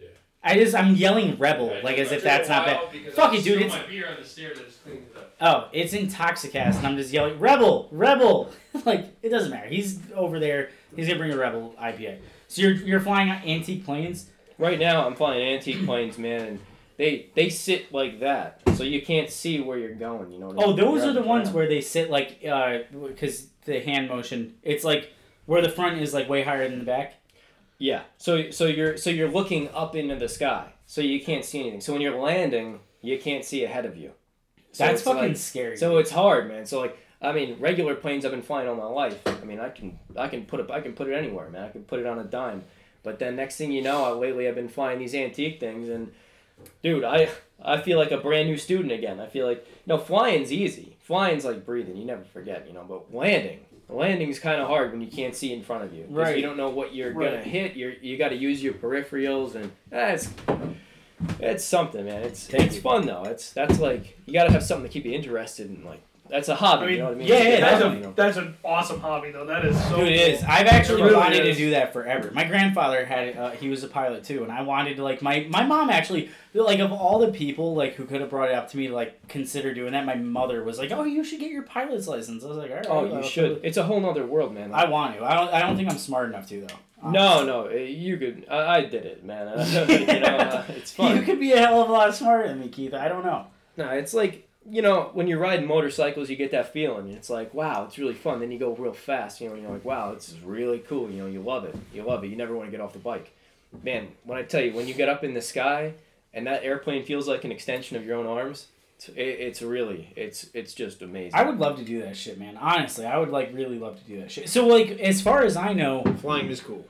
Yeah.
I just I'm yelling rebel
I
like
took-
as
I
if
took a
that's not bad.
while because
Fuck it,
I
dude,
spilled
it's-
my beer on the stairs. I just cleaned it
Oh,
up.
it's Intoxicast, and I'm just yelling rebel, rebel. like it doesn't matter. He's over there. He's gonna bring a rebel IPA. So you're you're flying antique planes.
Right now, I'm flying antique planes, man, and they they sit like that, so you can't see where you're going. You know. What I
Oh,
mean?
those
You're
are
on
the ones
ground.
where they sit like uh, because the hand motion. It's like where the front is like way higher than the back.
Yeah. So so you're so you're looking up into the sky, so you can't see anything. So when you're landing, you can't see ahead of you. So
That's
it's
fucking
like-
scary.
So it's hard, man. So like, I mean, regular planes I've been flying all my life. I mean, I can I can put it I can put it anywhere, man. I can put it on a dime. But then next thing you know, I, lately I've been flying these antique things, and dude, I I feel like a brand new student again. I feel like no flying's easy. Flying's like breathing; you never forget, you know. But landing, landing's kind of hard when you can't see in front of you. 'cause
Right.
You don't know what you're
Right.
gonna hit. You're you got to use your peripherals, and eh, that's it's something, man. It's
Thank
it's
you.
fun though. It's that's like you gotta have something to keep you interested in. Like that's a hobby.
I mean,
you know what I mean?
yeah, yeah,
It's a
that's,
that's
hobby, you
a,
know?
that's an awesome hobby, though. That is so
Dude, it is.
cool.
I've actually
It really
wanted
is.
to do that forever. My grandfather had it. Uh, he was a pilot too, and I wanted to like my my mom actually like of all the people like who could have brought it up to me to, like consider doing that. My mother was like, "Oh, you should get your pilot's license." I was like, "All right."
Oh,
I'll-
you should. It's a whole nother world, man.
I want to. I don't. I don't think I'm smart enough to though.
no, no, eh, you could. I, I did it, man. I- you know, uh, it's
honestly.
fun.
You could be a hell of a lot smarter than me, Keith. I don't know.
No, it's like you know when you're riding motorcycles, you get that feeling. It's like wow, it's really fun. Then you go real fast, you know, and you're like wow, this is really cool. You know, you love it. You love it. You never want to get off the bike. Man, when I tell you, when you get up in the sky and that airplane feels like an extension of your own arms, it's, it, it's really, it's it's just amazing.
I would love to do that shit, man. Honestly, I would like really love to do that shit. So like, as far as I know,
Flying is cool.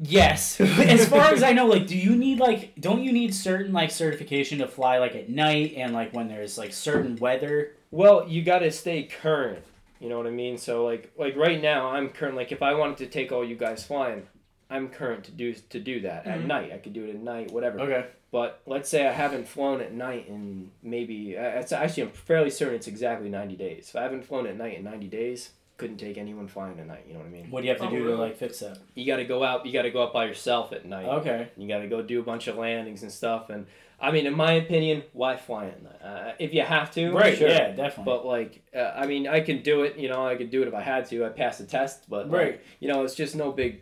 Yes. as far as I know, like, do you need like don't you need certain like certification to fly like at night and like when there's like certain weather?
Well, you got to stay current. You know what I mean? So like like right now, I'm current. Like if I wanted to take all you guys flying, I'm current to do to do that at
Mm-hmm.
Mhm.
night. I could do it at night, whatever.
Okay.
But let's say I haven't flown at night in maybe, uh, it's actually, I'm fairly certain it's exactly 90 days. If I haven't flown at night in 90 days, couldn't take anyone flying at night. You know what I mean?
What do you have to
Oh,
do to
really?
like fix that?
You got to go out, you got to go out by yourself at night.
Okay.
You got to go do a bunch of landings and stuff. And I mean, in my opinion, why fly at night? Uh, if you have to, sure.
Yeah, definitely.
But like, uh, I mean, I can do it. You know, I could do it if I had to. I passed the test, but like,
Right.
you know, it's just no big.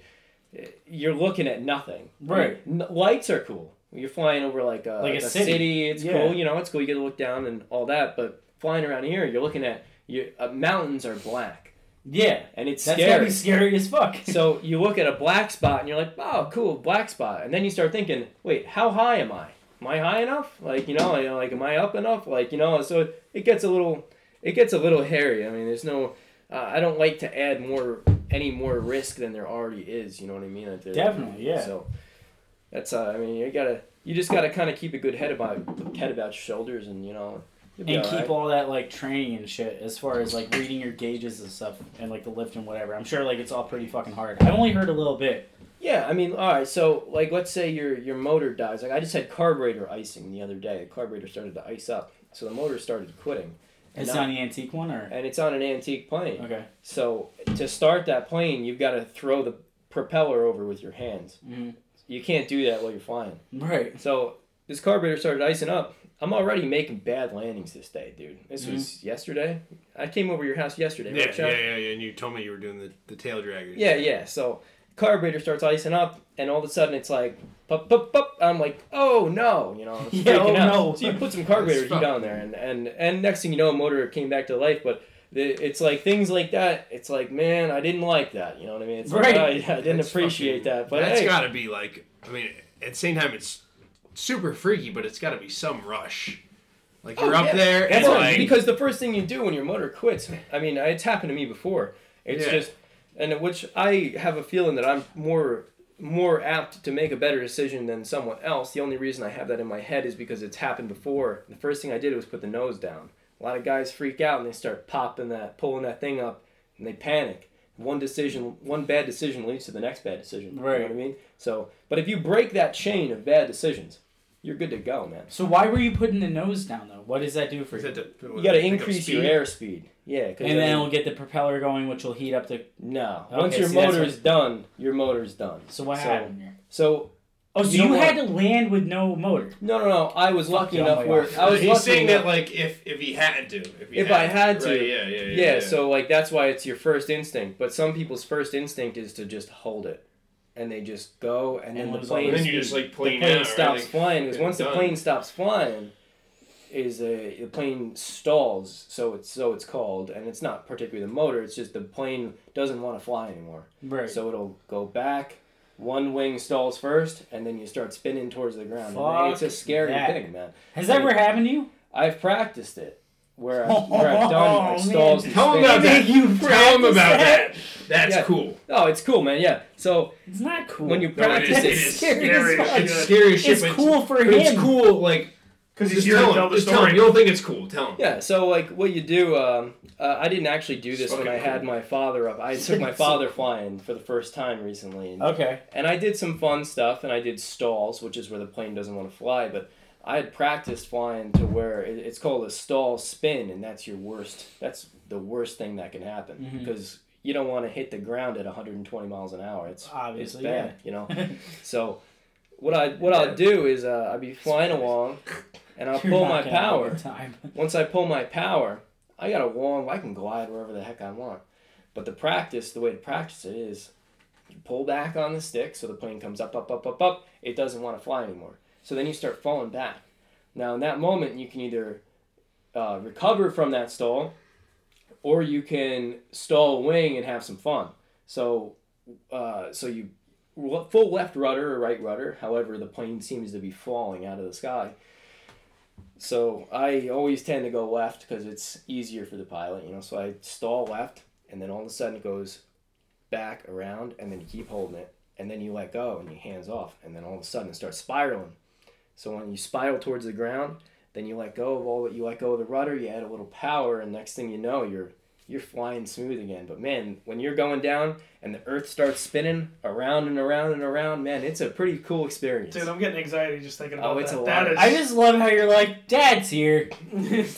uh, You're looking at nothing.
Right.
N- lights are cool. You're flying over like a,
Like a city.
It's
Yeah.
cool. You know, it's cool. You get to look down and all that. But flying around here, you're looking at you. Uh, mountains are black,
yeah.
and it's
That's gotta
scary.
be scary as fuck.
so you look at a black spot and you're like, "Wow, cool, black spot." And then you start thinking, "Wait, how high am I? Am I high enough? Like, you know, you know, like am I up enough? Like, you know." So it, it gets a little, it gets a little hairy. I mean, there's no, uh, I don't like to add more any more risk than there already is. You know what I mean? Like, there-
Definitely, yeah.
So that's, uh, I mean, you gotta, you just gotta kind of keep a good head about head about your shoulders, and you know, you'll be
and
all
keep
right.
all that like training and shit as far as like reading your gauges and stuff and like the lift and whatever. I'm sure like it's all pretty fucking hard. I've only heard a little bit.
Yeah, I mean, all right. So, like, let's say your your motor dies. Like, I just had carburetor icing the other day. The carburetor started to ice up, so the motor started quitting. And,
It's
I-
on the antique one or
and it's on an antique plane.
okay.
So to start that plane, you've got to throw the propeller over with your hands.
Mhm.
You can't do that while you're flying.
Right.
So this carburetor started icing up. I'm already making bad landings this day, dude. This
Mhm.
was yesterday. I came over to your house yesterday. right,
Mm-hmm. Yeah,
Chuck?
yeah, yeah, yeah. And you told me you were doing the, the tail dragger.
Yeah, yeah. So carburetor starts icing up, and all of a sudden it's like pop, pop, pop. I'm like, oh no, you know, I'm
Yeah,
freaking
oh,
out.
no.
So you put some carburetor
It's
heat
fucked.
on there, and and and next thing you know, motor came back to life. But the, it's like things like that. It's like, man, I didn't like that. You know what I mean? It's like,
Right.
oh, yeah, I didn't
That's
appreciate
fucking-
that. But
that's
hey,
gotta be like, I mean, at the same time, it's super freaky, but it's gotta be some rush. Like you're
Oh,
up
yeah.
there,
That's
and
what-
like,
because the first thing you do when your motor quits, I mean, it's happened to me before. It's
Yeah.
just, and which I have a feeling that I'm more more apt to make a better decision than someone else. The only reason I have that in my head is because it's happened before. The first thing I did was put the nose down. A lot of guys freak out and they start popping that, pulling that thing up, and they panic. One decision, one bad decision leads to the next bad decision. You
Right.
know what I mean? So, but if you break that chain of bad decisions, you're good to go, man.
So why were you putting the nose down though? What does that do for
Is
you?
that the-
You got to
pick up
increase your
speed?
airspeed. Yeah, 'cause, I
and then
mean,
it'll get the propeller going, which will heat up the.
no.
Okay,
Once your
see, that's
motor is done, your motor's done.
So what happened here?
So
Oh, so
You
you,
don't
had to land with no motor.
No, no, no. I was lucky
you,
enough
I'm
where
like,
I was
He's
lucky
saying
enough-
that like if if he had to. If, he
If I had to.
Right, yeah, yeah, yeah,
yeah, so like that's why it's your first instinct. But some people's first instinct is to just hold it, and they just go, and,
And
then the
lose all
plane,
and then you
speed-
just like
the
plane,
plane
out, right?
stops
Like,
flying because
it's
once the
done.
plane stops flying, is a the plane stalls, so it's so it's called, and it's not particularly the motor. It's just the plane doesn't want to fly anymore.
Right.
So it'll go back. One wing stalls first, and then you start spinning towards the ground. And, man, it's a
Fuck
scary
that.
thing, man.
Has that ever happened to you?
I've practiced it, where, I, where I've done
Oh,
like stalls.
man.
and
Tell him
spins.
about that.
Make you
Tell him
practice
about
that.
that. That's
Yeah.
cool.
Oh, it's cool, man. Yeah. So
It's not cool.
when you
No, it
practice
is-
it,
it is
scary as
scary as
fuck.
shit.
It's scary as shit.
It's
but
cool for
but It's
him.
cool. Like
Because he's
just
here to
tell
tell
him.
the
Just tell him. You
story.
don't think it's cool. Tell him.
yeah. So like what you do, um, uh, I didn't actually do this when
Okay,
I had
cool.
my father up. I took my father flying for the first time recently, and,
Okay.
and I did some fun stuff, and I did stalls, which is where the plane doesn't want to fly, but. I had practiced flying to where it- it's called a stall spin, and that's your worst. That's the worst thing that can happen
Mhm.
because you don't want to hit the ground at 120 miles an hour. It's
Obviously,
it's bad, you know.
yeah.
So what I what I'll do is uh, I'll be flying along, and I'll
You're
pull
not
my
gonna have a
power.
good Time.
Once I pull my power, I got a long. I can glide wherever the heck I want. But the practice, the way to practice it is, you pull back on the stick so the plane comes up, up, up, up, up. It doesn't want to fly anymore. So then you start falling back. Now in that moment, you can either uh, recover from that stall, or you can stall wing and have some fun. So, uh, so you le- full left rudder or right rudder, however the plane seems to be falling out of the sky. So I always tend to go left because it's easier for the pilot, you know. So I stall left, and then all of a sudden it goes back around, and then you keep holding it, and then you let go and you hands off, and then all of a sudden it starts spiraling. So when you spiral towards the ground, then you let go of all that. You let go of the rudder. You add a little power, and next thing you know, you're you're flying smooth again. But man, when you're going down and the Earth starts spinning around and around and around, man, it's a pretty cool experience.
Dude, I'm getting anxiety just thinking about
Oh, it's
that.
a
That
lot.
is.
I just love how you're like, Dad's here.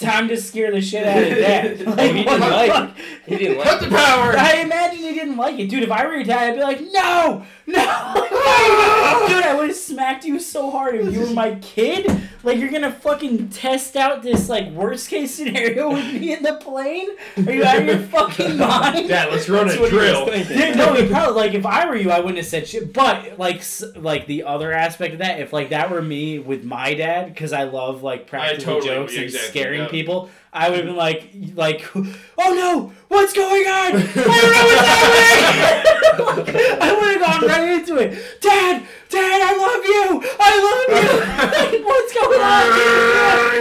Time to scare the shit out of Dad. Like,
he didn't
what the
like
fuck?
He didn't like
Cut the power.
I imagine he didn't like it, dude. If I were your dad, I'd be like, no, no, dude. I would have smacked you so hard if you were my kid. Like you're gonna fucking test out this like worst case scenario with me in the plane. Are you out of your fucking mind?
Dad, let's run a
That's what he was
drill.
thinking.
Dude, no, he probably like if I were you, I wouldn't have said shit. But like, s- like the other aspect of that, if like that were me with my dad, because I love like practical
totally-
jokes and
exactly,
scaring
yeah.
people, I would have been like, like, oh no, what's going on? I don't know what's happening. Like, I would have gone right into it. Dad, Dad, I love you. I love you. Like, what's going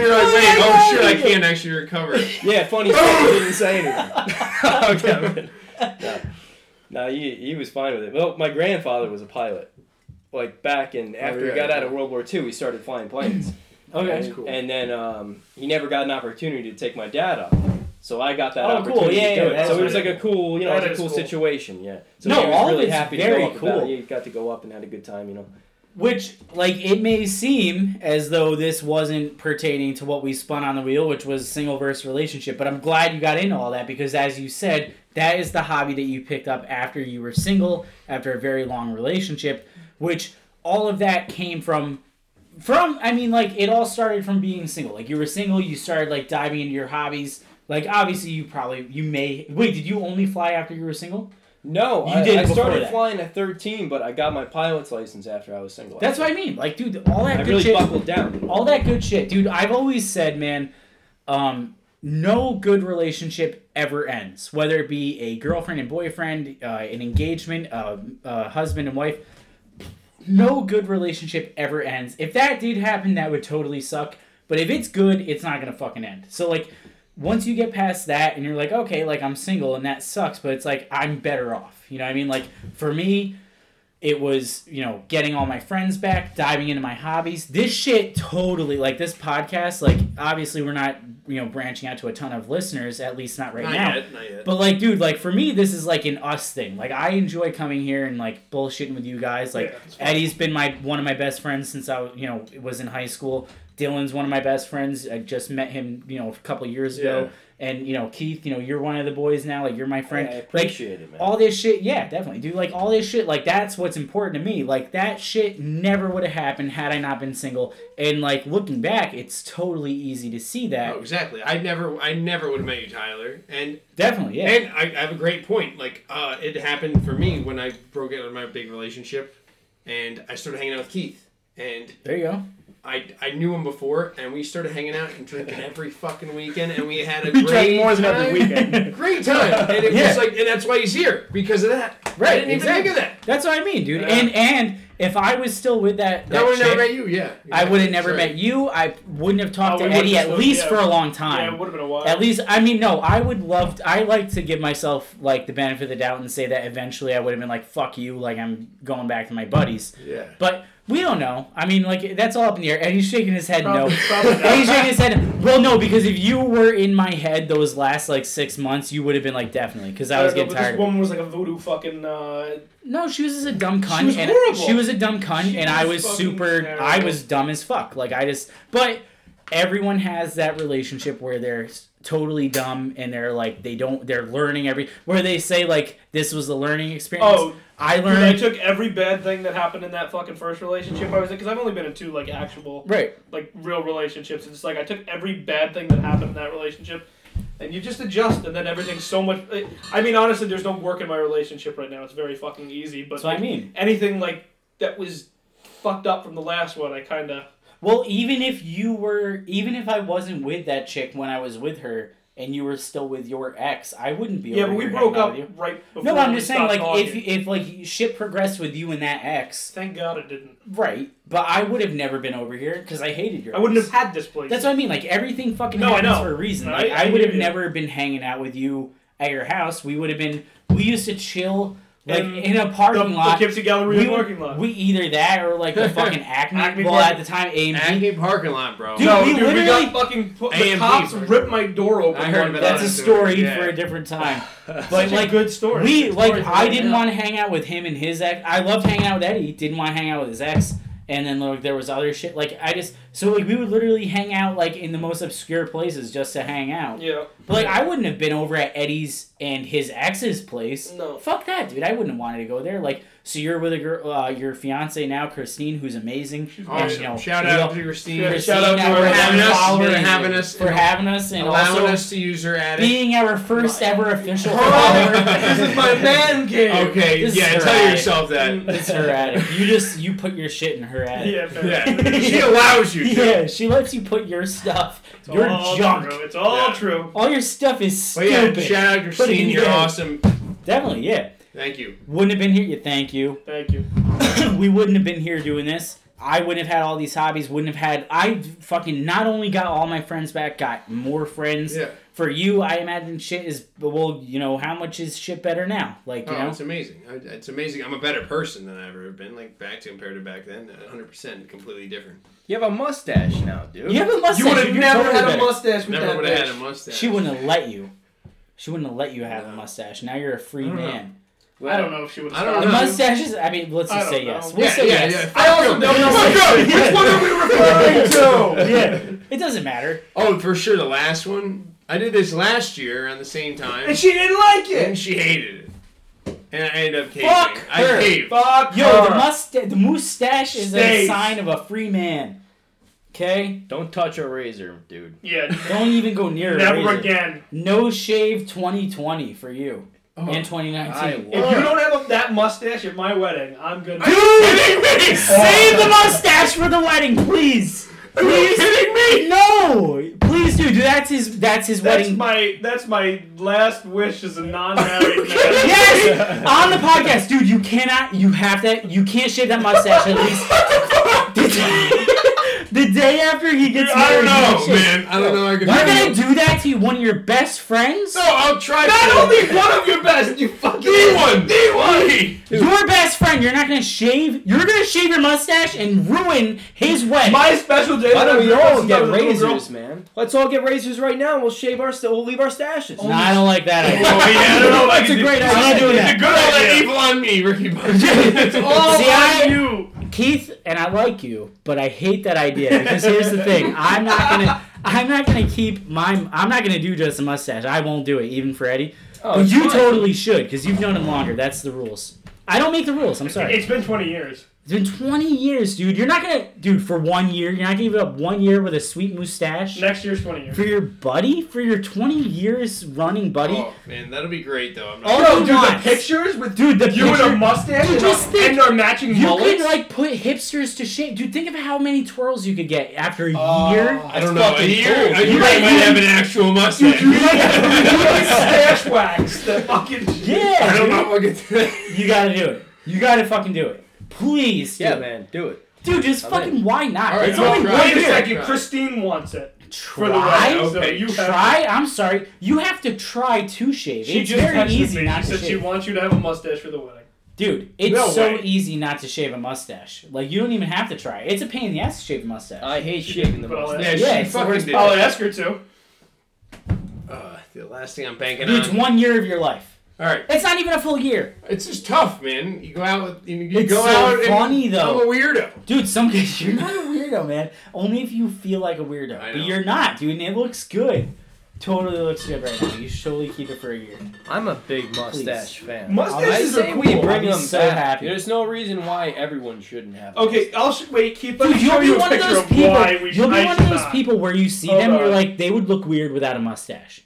on?
You're like, wait, oh shit, I can't actually recover.
Yeah, funny thing, he didn't say anything. okay, man. No, no he, he was fine with it. Well, my grandfather was a pilot. Like back in, after
yeah,
he got out
yeah.
of World War II, he started flying planes.
Okay.
and, and then um, he never got an opportunity to take my dad up. So I got that
Oh, cool.
opportunity
Yeah,
to do
yeah,
it.
that's
So it was
really
like a cool, you know,
That
it was a
is
cool,
cool.
situation. Yeah. So
No,
he was
all of
really
it's
happy
very
to go up about it.
cool.
He got to go up and had a good time, you know.
Which, like, it may seem as though this wasn't pertaining to what we spun on the wheel, which was single verse relationship, but I'm glad you got into all that because, as you said, that is the hobby that you picked up after you were single, after a very long relationship, which all of that came from. From, I mean, like, it all started from being single. Like, you were single, you started, like, diving into your hobbies. Like, obviously, you probably, you may. Wait, did you only fly after you were single?
No,
You
I,
did
I
before
started
that.
flying at 13, but I got my pilot's license after I was single.
That's what I mean. Like, dude, all that
I
good
really
shit.
buckled down.
all that good shit, dude. I've always said, man, um, no good relationship ever ends, whether it be a girlfriend and boyfriend, uh, an engagement, uh, uh, husband and wife. No good relationship ever ends. If that did happen, that would totally suck. But if it's good, it's not gonna fucking end. So like, once you get past that, and you're like, okay, like I'm single, and that sucks, but it's like I'm better off. You know what I mean? Like for me, it was you know getting all my friends back diving into my hobbies this shit totally like this podcast like obviously we're not you know branching out to a ton of listeners at least not right
Not
now
yet, not yet. Oh,
but like dude like for me this is like an us thing like i enjoy coming here and like bullshitting with you guys like
Yeah, it's fun.
eddie's been my one of my best friends since i you know was in high school dylan's one of my best friends i just met him you know a couple years ago and you know Keith, you know you're one of the boys now. Like you're my friend.
I
like
appreciate it, man.
all this shit yeah definitely dude like all this shit like that's what's important to me like that shit never would have happened had i not been single and like looking back it's totally easy to see that
Oh, exactly. I never, I never would have met you, Tyler. And
definitely yeah
and I, I have a great point. Like uh, it happened for me when I broke out of my big relationship, and I started hanging out with Keith. And
there you go
I, I knew him before, and we started hanging out and drinking every fucking weekend, and we had a
We
great
drank more than
time.
every weekend.
Great time, and it
Yeah.
was like, and that's why he's here because of that. I
Right,
didn't even think of that.
that's what i mean dude
Yeah.
and and if i was still with that,
I
that
would have
chick,
never met you. Yeah,
i would have never
That's right.
met you i wouldn't have talked
Oh,
to
we
eddie
would've
at
just-
least
yeah.
for a long
Yeah, it
time
would have been a while.
at least i mean no i would love to- i like to give myself like the benefit of the doubt and say that eventually i would have been like fuck you like i'm going back to my buddies
Yeah.
But we don't know. I mean, like that's all up in the air. And he's shaking his head
Probably-
no.
probably not.
And he's shaking his head. Well, no, because if you were in my head those last like six months, you would have been like definitely, because I was
don't
getting
know, but
tired.
This
of it.
woman was like a voodoo fucking. Uh,
No, she was just a dumb cunt.
was
and
horrible.
She was a dumb cunt,
She
and I
was
was
fucking
super.
terrible.
I was dumb as fuck. Like I just. But everyone has that relationship where they're s- totally dumb and they're like they don't they're learning every where they say like this was a learning experience.
oh,
I
dude, I
learned.
took every bad thing that happened in that fucking first relationship I was in because I've only been in two like actual
Right.
like real relationships. It's like I took every bad thing that happened in that relationship, and you just adjust, and then everything's so much. eh, I mean, honestly, there's no work in my relationship right now. It's very fucking easy. But
That's what I
like,
mean.
anything like that was fucked up from the last one, I kind of.
Well, even if you were, even if I wasn't with that chick when I was with her, and you were still with your ex, I wouldn't be.
Yeah,
over
but we
here
broke
hanging out
up
with you.
right before.
No, I'm
we
just saying,
stopped
like, if
talking.
if like shit progressed with you and that ex,
Thank God it didn't.
right? But I would have never been over here because I hated your.
I wouldn't have
ex.
had this place.
That's what I mean. Like everything fucking
No, I
happens
know.
for a reason.
I-
Like
I
I, would
hear
have
you.
never been hanging out with you at your house. We would have been. We used to chill like
In
in a
the,
parking lot.
The Gypsy Galleria
would-
parking lot.
We either that or like the fucking Acme.
Acme
well, at
parking-
the time, AMG.
Acme parking lot, bro.
Dude,
no,
we
dude, we
literally-
got fucking put, the
AMP,
cops
bro.
ripped my door open.
I heard
one
about
day.
That's
that.
a
Honestly,
story
yeah.
for a different time.
Such
But
a
like
good story.
we
Good
like
story for
I
right
didn't
now.
want to hang out with him and his ex. I loved hanging out with Eddie. Didn't want to hang out with his ex. And then like there was other shit. Like I just so like we would literally hang out like in the most obscure places just to hang out.
Yeah.
But like I wouldn't have been over at Eddie's and his ex's place.
No.
Fuck that, dude. I wouldn't have wanted to go there. Like so you're with a girl, uh, your fiance now, Christine, who's amazing. And,
awesome.
you know,
Shout
we all-
out to Christine
Yeah,
for
Christine
shout out to
now
her
we're
having
having
us,
followers
and having us,
for having us and
allowing
also
us to use her attic.
being our first ever official
Oh.
follower.
this is my man game.
Okay,
This is
yeah,
her
tell
attic.
yourself that.
It's her attic. You just you put your shit in her attic.
Yeah, fair.
Yeah, she allows you to.
Yeah, she lets you put your stuff,
It's
your
all
junk.
True. It's all
Yeah.
true.
All your stuff is
But yeah,
stupid.
shout
Put it in
out Christine. You're
there.
awesome.
Definitely, yeah.
Thank you.
Wouldn't have been here. You thank you.
Thank you.
we wouldn't have been here doing this. I wouldn't have had all these hobbies. Wouldn't have had. I fucking not only got all my friends back, got more friends.
Yeah.
For you, I imagine shit is well. You know how much is shit better now? Like you
Oh,
know.
it's amazing. I, it's amazing. I'm a better person than I've ever been. Like back to compared to back then, 100 percent completely different.
You have a mustache now, dude.
You have a mustache.
You would have
you're
never
totally
had a
better.
mustache with
Never
that
would
bitch.
have had a mustache.
She wouldn't have let you. She wouldn't have let you have a
No.
mustache. Now you're a free
I don't know.
man.
I don't know if she would.
I don't
The
know.
mustaches. I mean, let's
I
just
don't
say
know.
yes. We'll
Yeah,
say
yeah, yeah.
yes.
Fuck
I also
you.
don't know-
Fuck you. Which one are we referring to?
yeah. It doesn't matter.
Oh, for sure the last one. I did this last year around the same time,
And she didn't like it.
and she hated it. And I ended up caving.
Fuck
I
her.
caved.
Fuck
Yo,
her.
the mustache, the mustache is a
Stays.
sign of a free man. Okay,
Don't touch a razor, dude.
Yeah.
don't even go near it.
Never again.
No shave 2020 for you
Oh,
and 2019.
I
If you don't have that mustache at my wedding, I'm gonna.
Are you kidding me?
Save the mustache for the wedding, please.
Are you kidding me?
No, please do. That's his. That's his
That's
wedding.
my that's my last wish as a non-married man.
Yes, on the podcast, dude. You cannot. You have to. You can't shave that mustache at least. the day after he gets
I don't
married, you
know,
can't shave.
man. I don't know. I could
You're gonna do that to one of your best friends?
No, I'll try.
Not
to-
only one of your best, you fucking.
the one, the one.
Your best friend, you're not gonna shave. You're gonna shave your mustache and ruin his wedding.
My special day.
Why
that
don't we
I'm
all
dressing up
get
as a little girl.
razors, man? Let's all get razors right now. and We'll shave our. St- we'll leave our stashes.
no, I don't like that idea.
Oh yeah, I don't know. if I
That's
could
a
do-
great idea.
It's
I'm not doing
a
that.
good idea. evil on me, Ricky Bobby. Oh, It's all
See,
on
I-
you.
Keith, and I like you, but I hate that idea because here's the thing: I'm not gonna. I'm not gonna keep my. I'm not gonna do just a mustache. I won't do it, even for Eddie.
Oh,
but you
it's fine.
totally should, because you've known him longer. That's the rules. I don't make the rules. I'm sorry.
It's been 20 years.
It's been 20 years, dude. You're not gonna, dude, for one year. You're not gonna give up one year with a sweet mustache
Next year's 20 years.
for your buddy, for your 20 years running buddy.
Oh man, that'll be great though. I'm
Oh,
not,
no,
Bro, dude, the
nice.
pictures with
Dude, the
you with
picture-
a mustache
Dude,
and,
just
a-
think-
and our matching
You
mullets.
could like put hipsters to shame. Dude, think of how many twirls you could get after a
Oh.
year.
I don't know. A
fucking
year,
cool.
a year
You
I
might-
might
you-
have an actual mustache.
you like stash wax. The fucking
Yeah,
I don't
dude.
know if I can.
You gotta do it. You gotta fucking do it. Please, dude.
Yeah, man, do it.
Dude, just
I'm
fucking why not?
All right,
it's
I'll
only
try.
one
Wait a
year.
second, Christine wants it. For the
Try,
wedding, so
Okay,
you have,
try. I'm sorry. You have to try to shave.
She
it's
just
very
texted
easy
me.
not
she
to
said she
shave.
wants you to have a mustache for the wedding.
Dude, it's
No
so
way.
easy not to shave a mustache. Like you don't even have to try. It's a pain in the ass to shave a mustache.
I hate shaving the
But I'll
mustache.
Yeah,
Yeah,
she
it's the
fucking
worst
did.
I'll ask her to.
Uh, the last thing I'm banking
Dude, it's
on.
one year of your life.
All right,
It's not even a full year.
it's just tough, man. You go out, with, you, you
It's
go
so
out.
funny,
and,
though.
I'm a weirdo.
Dude, some guys, you're not a weirdo, man. Only if you feel like a weirdo.
I
But
know.
you're not, dude, and it looks good. Totally looks good right now. You should totally keep it for a year.
I'm a big mustache fan.
Mustaches
I
are
say
cool.
we bring
I'd be
them
so
back.
happy.
There's no reason why everyone shouldn't have. a
Okay, I'll sh- wait. Keep. Let me
Dude, you'll
show
be
you a
one of
picture
those
of
people.
why we
You'll
should-
be
I
one of
should
those
not.
people where you see
Hold
them, you're
on.
like, they would look weird without a mustache.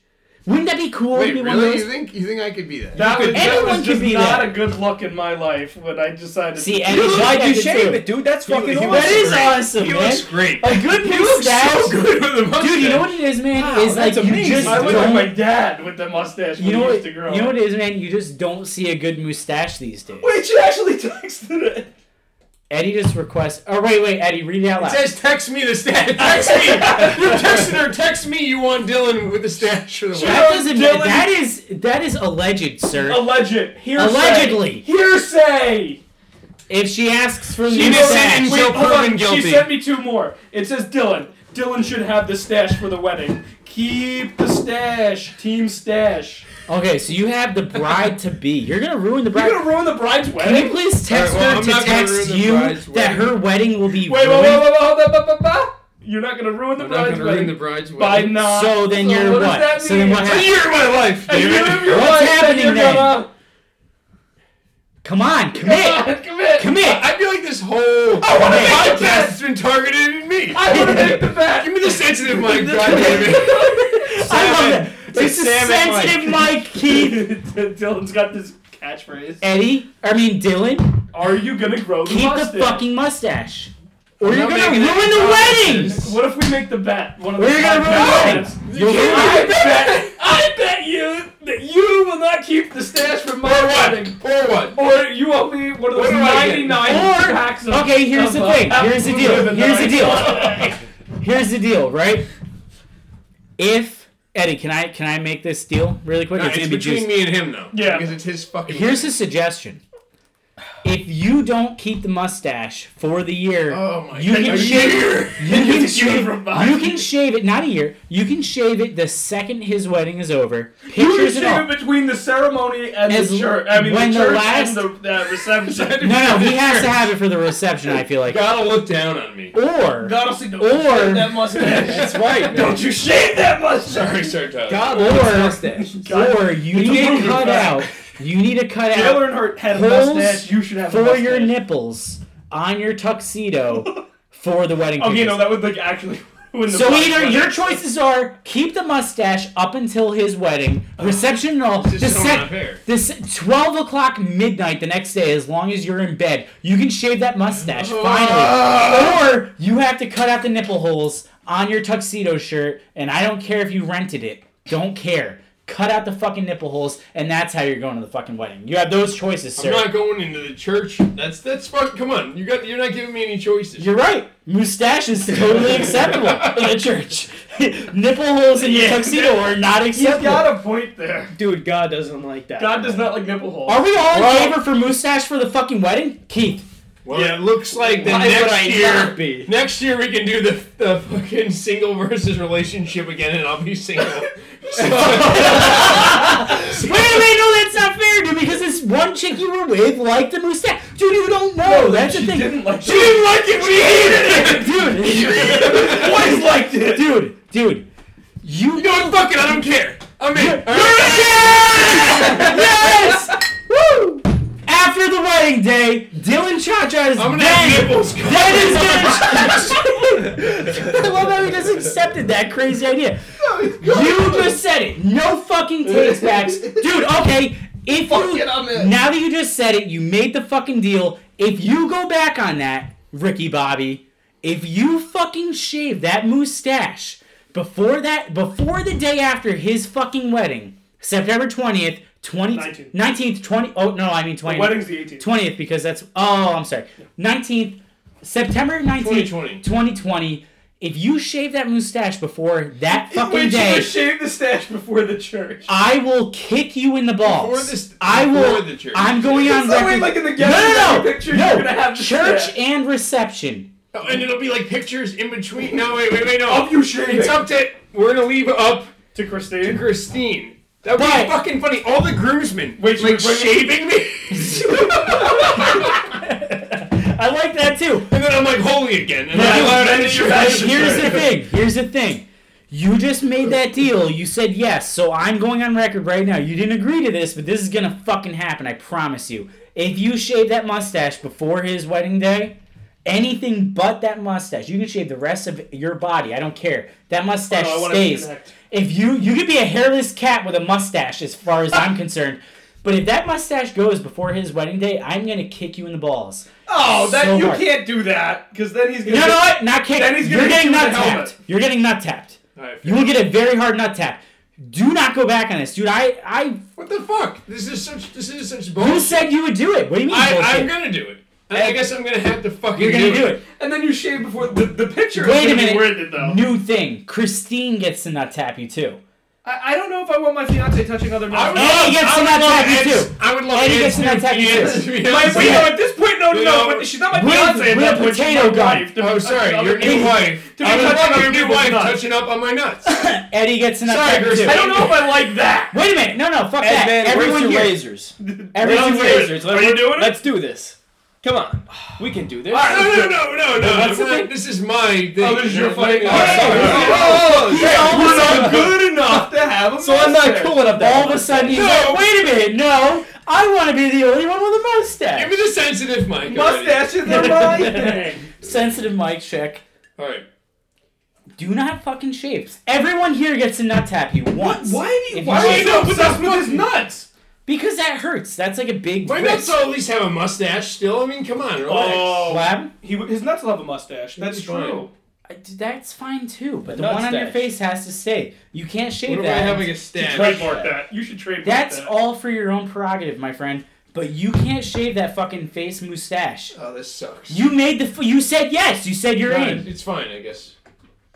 Wouldn't that be cool? to
Wait,
be one of
really? You
those?
think you think I could be that?
That was, that
anyone
was
could
just
be
not
that.
a good look in my life when I decided.
See,
to
and
You
it's
look like you
like it,
shave
too.
it, dude. That's fucking
That
awesome.
is awesome,
He
man.
looks great.
A good
He looks
mustache.
so good with a mustache.
Dude, you know what it is, man?
Wow,
is like
that's
you
amazing.
just
I look
don't-
like my dad with the mustache when
you know
he
what
used to grow.
you know what it is, man? You just don't see a good mustache these days.
Wait, she actually texted it.
Eddie just requests. Oh wait, wait, Eddie, read it out
It
loud.
says text me the stash. Text me. You're texting her. Text me. You want Dylan with the stash for the
Sure.
that doesn't.
wedding?
Dylan-
That is that is alleged, sir.
Oh. Alleged. Hearsay.
Allegedly.
Hearsay.
if she asks for the
She
Wait,
didn't say
mustache,
anything. until
wait, hold
proven
on.
guilty.
She sent me two more. It says Dylan. Dylan should have the stash for the wedding. Keep the stash. Team stash.
okay, so you have the bride to be. You're gonna ruin the bride.
You're gonna ruin the bride's
Can you
wedding.
please text
All right, well,
her
I'm
to
not gonna
text
ruin the
you
bride's
that
wedding.
her wedding will be
Wait, wait, wait,
ruined?
wait, wait, hold on, ba, ba, ba. You're not gonna ruin the
I'm not
bride's
gonna ruin
wedding
the bride's
by
wedding.
not.
So then
so
you're
what
what?
Does that
So
mean?
then what
It's
happened?
a year of my life.
A year
damn
of
it.
your
What's
life that
happening
you're
then?
gonna-
Come on,
Come
commit,
on, commit.
commit.
I feel like this whole I
wanna make the
podcast
best.
has been targeted at me.
I want to make the bet.
Give me the sensitive mic, goddammit.
I love that.
Salmon.
It's a
salmon mic.
sensitive mic, Keith.
Dylan's got this catchphrase.
Eddie, I mean Dylan,
Are you gonna grow the
keep
mustache?
the fucking mustache, or
I'm
you're
not
gonna
making
ruin
any
the wedding.
promises.
What if we make the bet? One of the
We're gonna
podcasts.
ruin the wedding. You're
I
ruining it.
bet, I bet you that you will not keep the stash from my
Or what?
wedding.
Or what?
Or you owe me one of
What
those
do I get?
Or-
99 packs of
okay, here's
of,
the
uh,
thing. Here's the deal.
absolute
Here's the deal.
lemonade.
Here's the deal, right? If Eddie, can I can I make this deal really quick?
Nah,
it's
it's
gonna be
between
juicy.
me and him though.
Yeah.
Because it's his fucking.
Here's a suggestion. If you don't keep the mustache for the year,
Oh my
you
god.
can
a
shave
year.
you can
It's a year
shave
from mine.
you can shave it not a year. You can shave it the second his wedding is over.
You would
Pictures and all.
shave it between the ceremony and
As-
the church. I mean,
when
the
the
church
last-
and the uh, reception.
No, no, he has to have it for the reception. I feel like,
Gotta look down on me.
or
Honestly, don't
Or-
shave that mustache.
That's right.
don't you shave that mustache.
Sorry, sir, Tyler.
God,
Or-
or mustache.
God.
or you
It's
need to
proven
cut
fact.
out. You need to cut out
Taylor and Hurt had a
Holes
mustache. You should have a
for
mustache.
your nipples on your tuxedo for the wedding
Okay,
pictures.
no, Oh, that would like actually. ruin the
so
vibe,
either
but-
your choices are keep the mustache up until his wedding
Oh.
reception and all
This
the
is so
sec-
not fair.
This twelve o'clock midnight the next day, as long as you're in bed, you can shave that mustache
Ah!
finally. Or you have to cut out the nipple holes on your tuxedo shirt, and I don't care if you rented it. Don't care. Cut out the fucking nipple holes, and that's how you're going to the fucking wedding. You have those choices, sir.
I'm not going into the church. That's that's fuck. Come on, you got. You're not giving me any choices.
You're right. Mustache is totally acceptable in a church. Nipple holes in your
Yeah.
tuxedo are not
He's
acceptable.
got a point there.
Dude, God doesn't like that.
God does not like nipple holes.
Are we all in
Well-
favor for mustache for the fucking wedding? Keith.
well, it looks like the
Why would I
next year.
not be?
Next year we can do the, the fucking single versus relationship again, and I'll be single.
Wait, wait, no, that's not fair, dude, because this one chick you were with liked the mustache. Dude, you don't know. that's the
she
thing.
didn't like
she didn't like it. We hated it. Dude.
Boys liked it.
Dude, dude. You
You know what? Fuck it. I don't care. I'm in. All right.
yes! yes! Woo! After the wedding day, Dylan Cha Cha is
I'm gonna have
banging.
nipples.
That is good. I love how he just accepted that crazy idea. You just said it. No fucking takes backs, dude. Okay, if
Fuck
you
it, I'm in.
now that you just said it, you made the fucking deal. If you go back on that, Ricky Bobby, if you fucking shave that mustache before that, before the day after his fucking wedding, September twentieth, twenty
Nineteenth.
nineteenth, twenty. Oh no, I mean
The
twenty.
wedding's the 18th.
20th because that's oh I'm sorry 19th September 19th
2020.
2020 if you shave that mustache before that fucking
Wait,
day
should shave the stash before the church.
I will kick you in the balls
Before this-
I will
before the church.
I'm going on
So
record
wait, like in the
no no no
picture,
no
you're gonna have the
church
stash.
and reception
Oh, and it'll be like pictures in between. No, wait, wait, wait, no.
Of you shaving.
It's up to. We're gonna leave up
to
to
Christine.
Christine. That would
But-
be fucking funny. All the groomsmen,
Wait,
like
wait, wait.
shaving me,
I like that too
and then I'm like holy again. And
But
then
you-
I learn
But here's the thing. Here's the thing. You just made that deal. You said yes. So I'm going on record right now. You didn't agree to this, but this is gonna fucking happen. I promise you. If you shave that mustache before his wedding day, anything but that mustache, you can shave the rest of your body. I don't care. That mustache
Oh, I wanna
stays.
reconnect.
If you you could be a hairless cat with a mustache, as far as I'm concerned. But if that mustache goes before his wedding day, I'm gonna kick you in the balls.
Oh, that
So
you
hard.
can't do that because then he's gonna.
You know what? Not kicked.
Then he's gonna
You're
hit
getting
you with
nut
a helmet.
tapped. You're getting nut tapped.
Alright,
You will get a very hard nut tap. Do not go back on this, dude. I, I,
What the fuck? This is such. This is such
you
bullshit.
said you would do it. What do you mean?
I,
bullshit?
I'm gonna do it. I, I guess I'm gonna have to fucking.
You're gonna do it.
And then you shave before the, the picture. is
Wait a
gonna be
minute.
Worded, though.
New thing. Christine gets to nut tap you too.
I, I don't know if I want my fiance touching other men.
I would
Eddie
love,
gets
I
to
would
not
love
tap you
Ed's-
too.
I would love
Eddie
Ed's
gets to not tap you
Ed's-
too.
Ed's-
Like,
Ed's-
wait, no, at this point, no, no,
You
no.
know,
but she's not my
with-
fiance at
with
that
a
point. She's
potato
my
gun.
wife. to
Oh,
touch
sorry,
other
your new
people.
wife.
To be
I would
touching
love
other
your new
people's
wife
nuts.
touching up on my nuts.
Eddie gets to nut
Sorry,
tap you
Christine.
too.
I don't know if I like that.
Wait a minute. No, no. Fuck that.
Ed, man, where's
Everyone
your
here.
razors?
Everyone
Where's your
here.
razors? Let's-
Are you doing it?
Let's do this. Come on. We can do this.
right,
No, no, no, no, no.
What's the
I'm not-
thing?
This is my thing.
Oh, this is your fucking-
Oh,
All right.
sorry.
Oh, oh,
He's all
We're
of a
not
sudden.
good enough to have a
So I'm not
master.
cool enough that
All of a sudden, he's
No.
like, wait a minute. No, I want to be the only one with a
Give
mustache.
me the sensitive mic. already.
Mustaches are my thing.
Sensitive mic check.
All right.
Do not fucking shave. Everyone here gets to nut tap you once.
Why
If
do
you
you? Why are
shave-
you so obsessed with his nuts?
Because that hurts. That's like a big.
My
risk.
nuts will at least have a mustache still. I mean, come on. Relax.
Oh.
Lab?
He, his nuts will have a mustache. That's
He's
true.
I- d- That's fine too, but the
nut
one on your
stash.
face has to stay. You can't shave
What am I
that.
having a stash?
Trademark that. You should trademark
That's
that.
all for your own prerogative, my friend. But you can't shave that fucking face mustache.
Oh, this sucks.
You made the. F- you said yes. You said you're
No,
in,
It's fine, I guess.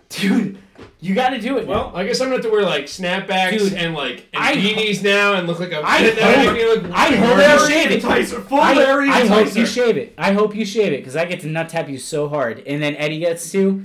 dude. You got to do it.
Well,
Well,
I guess I'm gonna have to wear like snapbacks
Dude,
and like and
I-
beanies now and look like a.
I
that would
hope-
make me look
I
really
hope
weird.
you shave it.
Tyson, full
I,
Larry
I hope you
Tyson.
shave it. I hope you shave it because I get to nut tap you so hard, and then Eddie gets to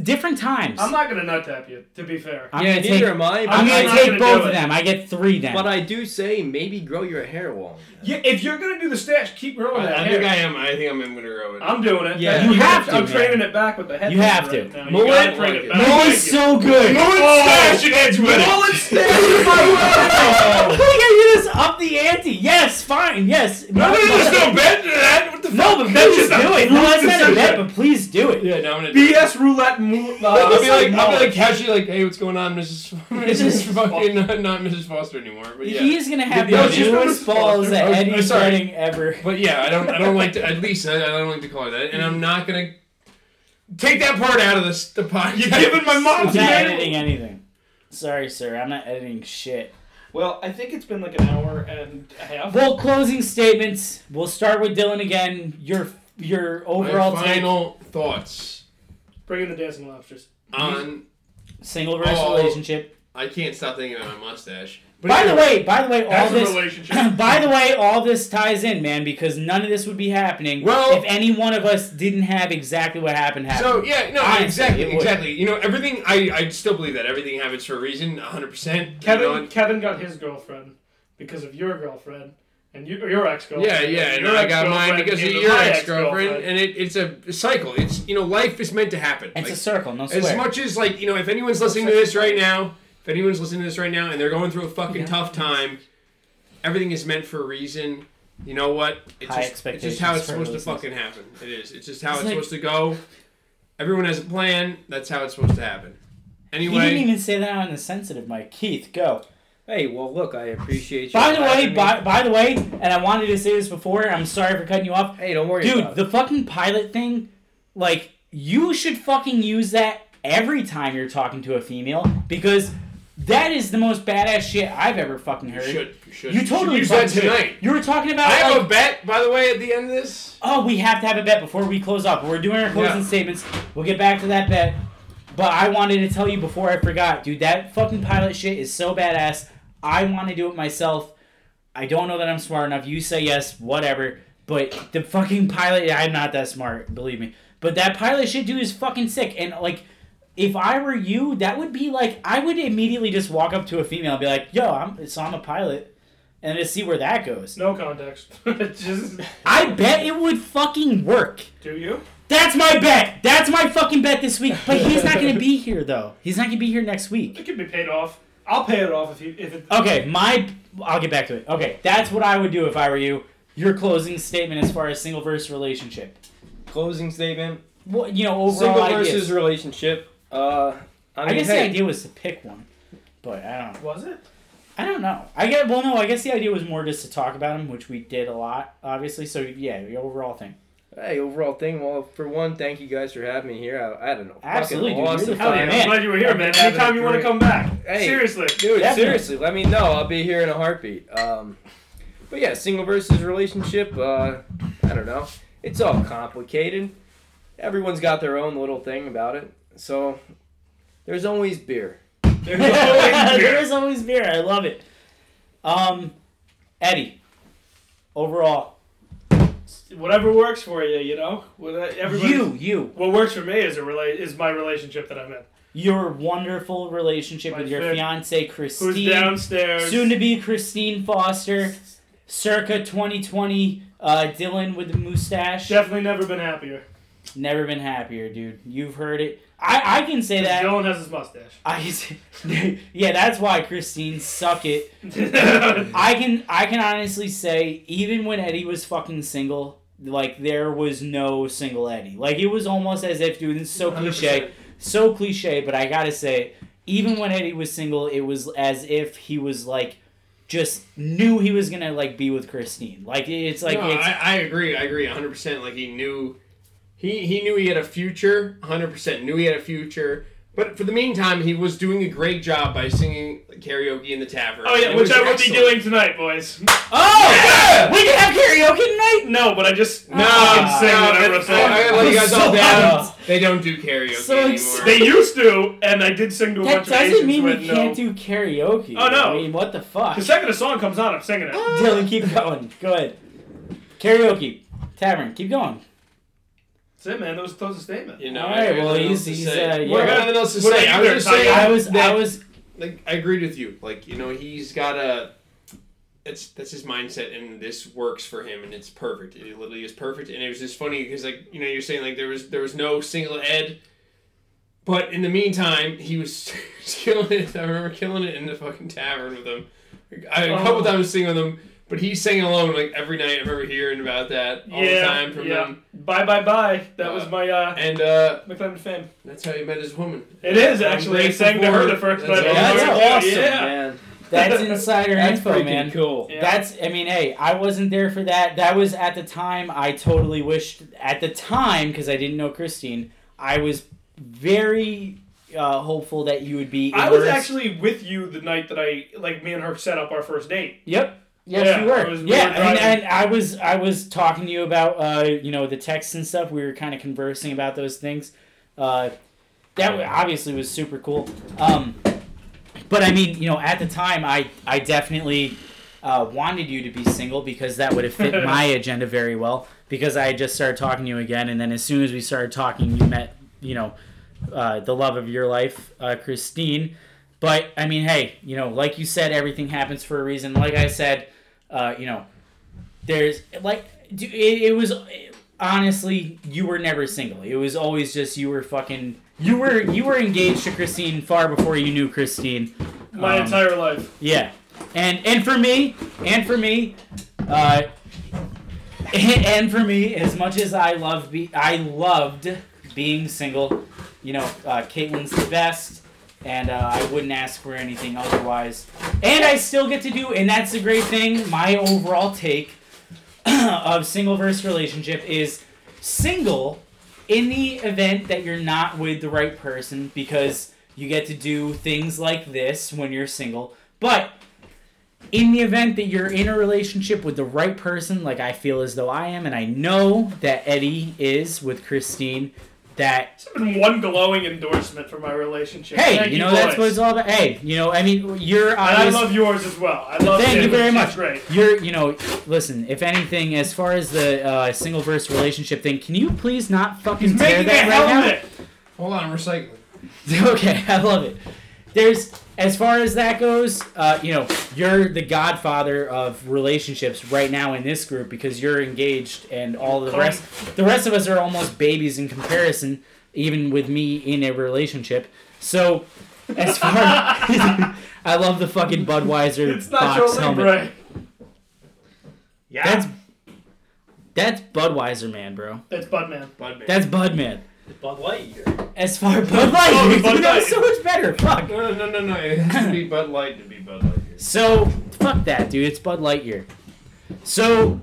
different times.
I'm not gonna nut tap you. To be fair.
I'm
yeah,
gonna
neither
take.
am I. But
I'm
I'm
gonna
not
take
gonna
both
do
of
it.
them. I get three then.
But I do say maybe grow your hair long.
Yeah, if you're gonna do the stash, keep growing
I,
that
I
hair.
think I am. I think I'm gonna grow it.
I'm doing it.
Yeah.
You have
I'm
to,
training it back with the head.
You have
right
to.
now. You
Mullet-
gotta train it back.
Mullet's
Thank you.
so good.
Mullet stash and Ed's wedding.
Mullet stash
Look
is my
at you just up the ante. Yes, fine. Yes.
No, no, no, there's no bed to that. What the
No,
fuck?
but please
That's
do
just a-
it. No, that's not a
decision.
bet, but please do it.
Yeah, no, I'm gonna. do it.
BS roulette. Mu- uh,
I'll be like, I'll be
mullet.
like casually like, hey, what's going on, Mrs. F- Mrs. fucking not, not Mrs. Foster anymore, but yeah.
He is gonna have
Yeah,
the
no, she's
newest
from-
balls at
Oh,
Eddie's
sorry. Oh,
wedding ever.
But yeah, I don't, I don't like to. At least I, I don't like to call her that, and I'm not gonna take that part out of this the podcast.
You're giving my mom
I'm
That's
not
right.
editing anything. Sorry, sir. I'm not editing shit.
Well, I think it's been like an hour and a half.
Well, closing statements. We'll start with Dylan again. Your your overall
my
take.
final thoughts
Bring in the dancing lobsters.
on.
single versus
Oh.
relationship.
I can't stop thinking about my mustache. But
By the
anyway,
way, by the way, all
That's
this
a relationship.
By the way, all this ties in, man, because none of this would be happening
Well-
if any one of us didn't have exactly what happened happen.
So yeah, no,
Honestly,
exactly,
it would.
exactly. You know, everything. I, I still believe that everything happens for a reason, 100. percent
Kevin, Kevin got his girlfriend because of your girlfriend, and you, your ex girlfriend.
Yeah, yeah, and I got mine because of your ex girlfriend, and it, it's a cycle. It's you know, life is meant to happen.
It's
Like,
a circle, no swear.
as much as like you know, if anyone's listening to this right now, if anyone's listening to this right now, and they're going through a fucking tough time, everything is meant for a reason. You know what? It's
High
just, it's just how
expectations
it's
for
supposed to
listeners.
fucking happen. It is. It's just how
It's
it's
like-
supposed to go. Everyone has a plan. That's how it's supposed to happen.
you didn't
Anyway,
even say that on the sensitive mic. Keith, go.
Hey, well, look, I appreciate you.
By the
having
way,
me.
by, by the way, and I wanted to say this before. I'm sorry for cutting you off.
Hey, don't worry
Dude,
about
the fucking pilot thing, like, you should fucking use that every time you're talking to a female because that is the most badass shit I've ever fucking
you
heard.
should you should
You totally
should use that
fucking should.
tonight.
You were talking about
I have
like,
a bet, by the way, at the end of this.
oh, we have to have a bet before we close off. We're doing our closing
Yeah.
statements. We'll get back to that bet. But I wanted to tell you before I forgot, dude, that fucking pilot shit is so badass. I want to do it myself. I don't know that I'm smart enough. You say yes, whatever. But the fucking pilot, I'm not that smart, believe me. But that pilot shit, dude, is fucking sick. And, like, if I were you, that would be like, I would immediately just walk up to a female and be like, yo, I'm, so I'm a pilot. And just see where that goes.
No context. Just
I bet it would fucking work.
do you?
That's my bet. That's my fucking bet this week. But he's not gonna be here though. He's not gonna be here next week.
It could be paid off. I'll pay it off if you if it.
Okay, my I'll get back to it. Okay, that's what I would do if I were you. Your closing statement as far as single versus relationship.
it. Closing statement.
What you know, overall
Single
ideas.
versus relationship. Uh, I
I,
mean,
guess
hey,
the idea was to pick one. But I don't know.
Was it?
I don't know. I get well no, I guess the idea was more just to talk about him, which we did a lot, obviously. So yeah, the overall thing.
Hey, overall thing. Well, for one, thank you guys for having me here. I, I don't know.
Absolutely, dude.
fucking
You're
awesome
the
Hell yeah!
time.
man.
I'm glad you were here,
I've
man.
been having
Anytime
a
you want to
great-
come back.
Hey.
Seriously.
Dude,
Definitely.
seriously, let me know. I'll be here in a heartbeat. Um, but yeah, single versus relationship. Uh, I don't know. It's all complicated. Everyone's got their own little thing about it. So there's always beer.
There's always beer.
there is always beer. I love it. Um, Eddie, overall,
Whatever works for you, you know. What- everybody's-
you, you,
What works for me is a rela- is my relationship that I'm in.
your wonderful relationship
My
with your
favorite-
fiance
Who's
Christine,
downstairs?
soon to be Christine Foster, circa 2020. Uh, Dylan with the mustache.
Definitely never been happier.
Never been happier, dude. You've heard it. I, I can say that.
Dylan has his mustache.
I can say, yeah, that's why Christine suck it. I can I can honestly say even when Eddie was fucking single, like there was no single Eddie. Like it was almost as if dude, this is so cliche,
100%.
so cliche, but I gotta say, even when Eddie was single, it was as if he was like just knew he was gonna like be with Christine. Like it's like
no,
it's,
I, I agree. I agree 100. percent Like he knew, he he knew he had a future. 100 percent knew he had a future. But for the meantime, he was doing a great job by singing karaoke in the tavern.
oh
It
yeah,
was
which I will be
excellent.
doing tonight, boys.
Oh we can have karaoke tonight.
No, but I just
No,
Ah.
fucking sing
no,
whatever
that's- I gotta
song.
let you guys
So
all down.
hot.
They don't do karaoke
So
anymore.
They used to, and I did sing to a
That
bunch of Asians
doesn't mean we
with no.
can't do karaoke.
Oh, no.
I mean what the fuck?
The second a song comes on, I'm singing it.
Dylan, keep going. Go ahead. Karaoke, tavern, keep going.
That's it, man. That was, that was a statement.
you know.
All
I
right,
have
well,
nothing
he's-
else to
he's,
say.
uh,
I have
yeah.
nothing else to
What
say.
about
I
you
was
there,
just
Tiger?
saying.
I was I
that-
was
like I agreed with you. Like you know, he's got a that's that's his mindset, and this works for him, and it's perfect. It literally is perfect, and it was just funny because like you know you're saying like there was there was no single Ed, but in the meantime he was killing it. I remember killing it in the fucking tavern with him. I a couple
Oh.
times singing with him, but he sang alone like every night. I remember hearing about that all the
Yeah,
time from
yeah.
him,
Bye, bye, bye. That was
Uh,
my uh,
and uh,
my claim to fame.
that's how he met his woman.
It is
I'm
actually. I
grateful
sang to
for
her
it.
the first
That's
time. I
That's
learned it.
awesome,
Yeah.
man.
that's insider
That's
info,
freaking
man.
cool.
Yeah.
That's I mean, hey, I wasn't there for that. That was at the time I totally wished at the time because I didn't know Christine. I was very uh, hopeful that you would be.
I was
immersed-
actually with you the night that I like me and her set up our first date.
Yep. Yes,
Yeah,
you were.
I was- we
yeah,
were
and,
driving.
and I was I was talking to you about uh, you know the texts and stuff. We were kind of conversing about those things. Uh, that wa- obviously was super cool. Um, but I mean, you know, at the time, I I definitely uh, wanted you to be single because that would have fit my agenda very well. Because I had just started talking to you again, and then as soon as we started talking, you met you know uh, the love of your life, uh, Christine. But I mean, hey, you know, like you said, everything happens for a reason. Like I said, uh, you know, There's like, do- it, it was honestly, you were never single. It was always just you were fucking. You were you were engaged to Christine far before you knew Christine.
My
Um,
entire life.
Yeah, and and for me, and for me, uh, and for me, as much as I love be, I loved being single. You know, uh, Caitlin's the best, and uh, I wouldn't ask for anything otherwise. And I still get to do, and that's the great thing. My overall take of single versus relationship is single in the event that you're not with the right person because you get to do things like this when you're single. But in the event that you're in a relationship with the right person, like I feel as though I am, and I know that Eddie is with Christine, that
It's been one glowing endorsement for my relationship.
hey,
Thank
you know
boys.
that's what it's all about. Hey, you know, I mean, you're
And I
obvious-
love yours as well. I love
Thank you
Jim.
very
She's
much.
Great.
You're, you know, listen. If anything, as far as the uh, single versus relationship thing, can you please not fucking
He's
tear
making a
that right now?
helmet.
Hold on, I'm recycling.
Okay, I love it. There's as far as that goes, uh, you know, you're the godfather of relationships right now in this group because you're engaged and all the rest the rest of us are almost babies in comparison, even with me in a relationship. So as far I love the fucking Budweiser
It's not
box
your
helmet.
right. Yeah.
That's that's Budweiser man, bro.
That's Budman.
Bud man.
That's Budman.
Bud Lightyear.
As far Bud Light,
Oh,
dude,
Bud
that was
Light.
so much better. Fuck.
No, no, no, no, no. It has to be Bud Light to be Bud Light.
So fuck that, dude. It's Bud Lightyear. So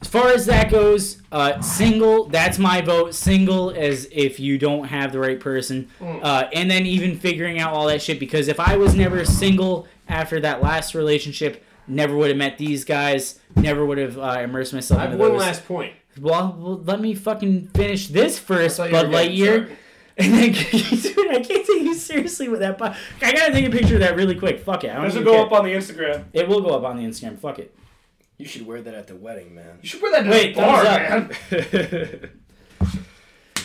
as far as that goes, uh, single. That's my vote. Single as if you don't have the right person,
Mm.
uh, and then even figuring out all that shit. Because if I was never single after that last relationship, never would have met these guys. Never would have uh, immersed myself.
I have
into
one
those.
last point.
Well, well, let me fucking finish this first,
I
Bud
thought you were getting-
Lightyear.
sorry.
And then, dude, I can't take you seriously with that. But I gotta take a picture of that really quick. Fuck it. I don't
This will
even
go
care.
up on the Instagram.
It will go up on the Instagram. Fuck it.
You should wear that at the wedding, man.
You should wear that to
Wait,
the bar,
thumbs up.
man.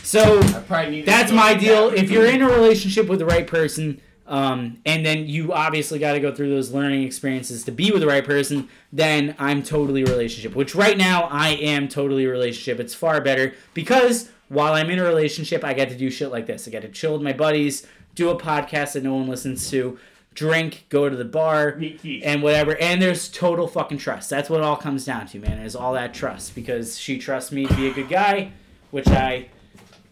So
I probably need. to
that's
go
my
with
deal.
that.
If you're in a relationship with the right person, um, and then you obviously got to go through those learning experiences to be with the right person, then I'm totally relationship. Which right now I am totally relationship. It's far better because while I'm in a relationship, I get to do shit like this. I get to chill with my buddies, do a podcast that no one listens to, drink, go to the bar,
Meet Keith.
and whatever. And there's total fucking trust. That's what it all comes down to, man. Is all that trust because she trusts me to be a good guy, which I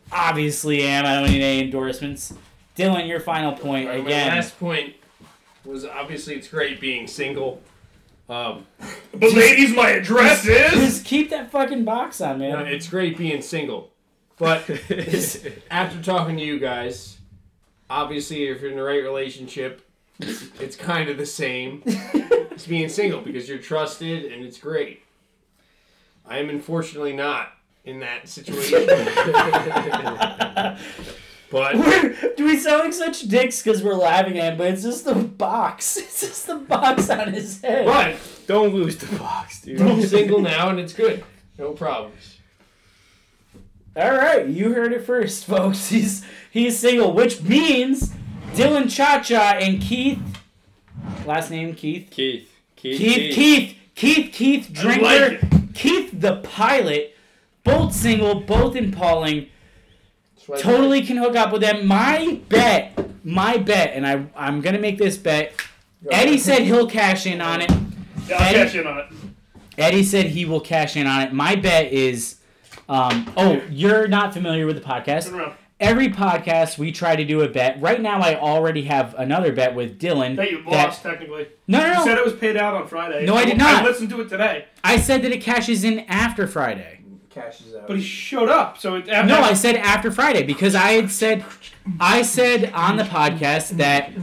obviously am. I don't need any endorsements. Dylan, your final point
Alright,
again.
My last point was obviously it's great being single. Um,
But ladies, my address is.
Just keep that fucking box on, man.
no, it's great being single, but after talking to you guys, obviously if you're in the right relationship, it's kind of the same as being single because you're trusted and it's great. I am unfortunately not in that situation, but
We're, do we sound like such dicks because we're laughing at him? But it's just the box. It's just the box on his head.
but
Don't lose the box, dude.
I'm single now and it's good. No problems.
All right, you heard it first, folks. He's he's single, which means Dylan Cha Cha and Keith. Last name Keith.
Keith. Keith.
Keith, Keith, Keith, Keith,
I
Drinker,
like it.
Keith the pilot, both single, both appalling.
That's what I
Totally can hook up with them. My bet, my bet, and I I'm gonna make this bet.
did.
Eddie said he'll cash in on it.
Yeah, I'll
Eddie-
cash in on it.
Eddie said he will cash in on it. My bet is, um, oh, you're not familiar with the podcast.
Turn around.
Every podcast we try to do a bet. Right now, I already have another bet with Dylan.
That you lost, technically.
no, no,
You
no.
said it was paid out on Friday.
No, I did not.
I listened to it today,
I said that it cashes in after Friday.
cashes out.
but he showed up. So it, after
No, I said after Friday because I had said I said on the podcast that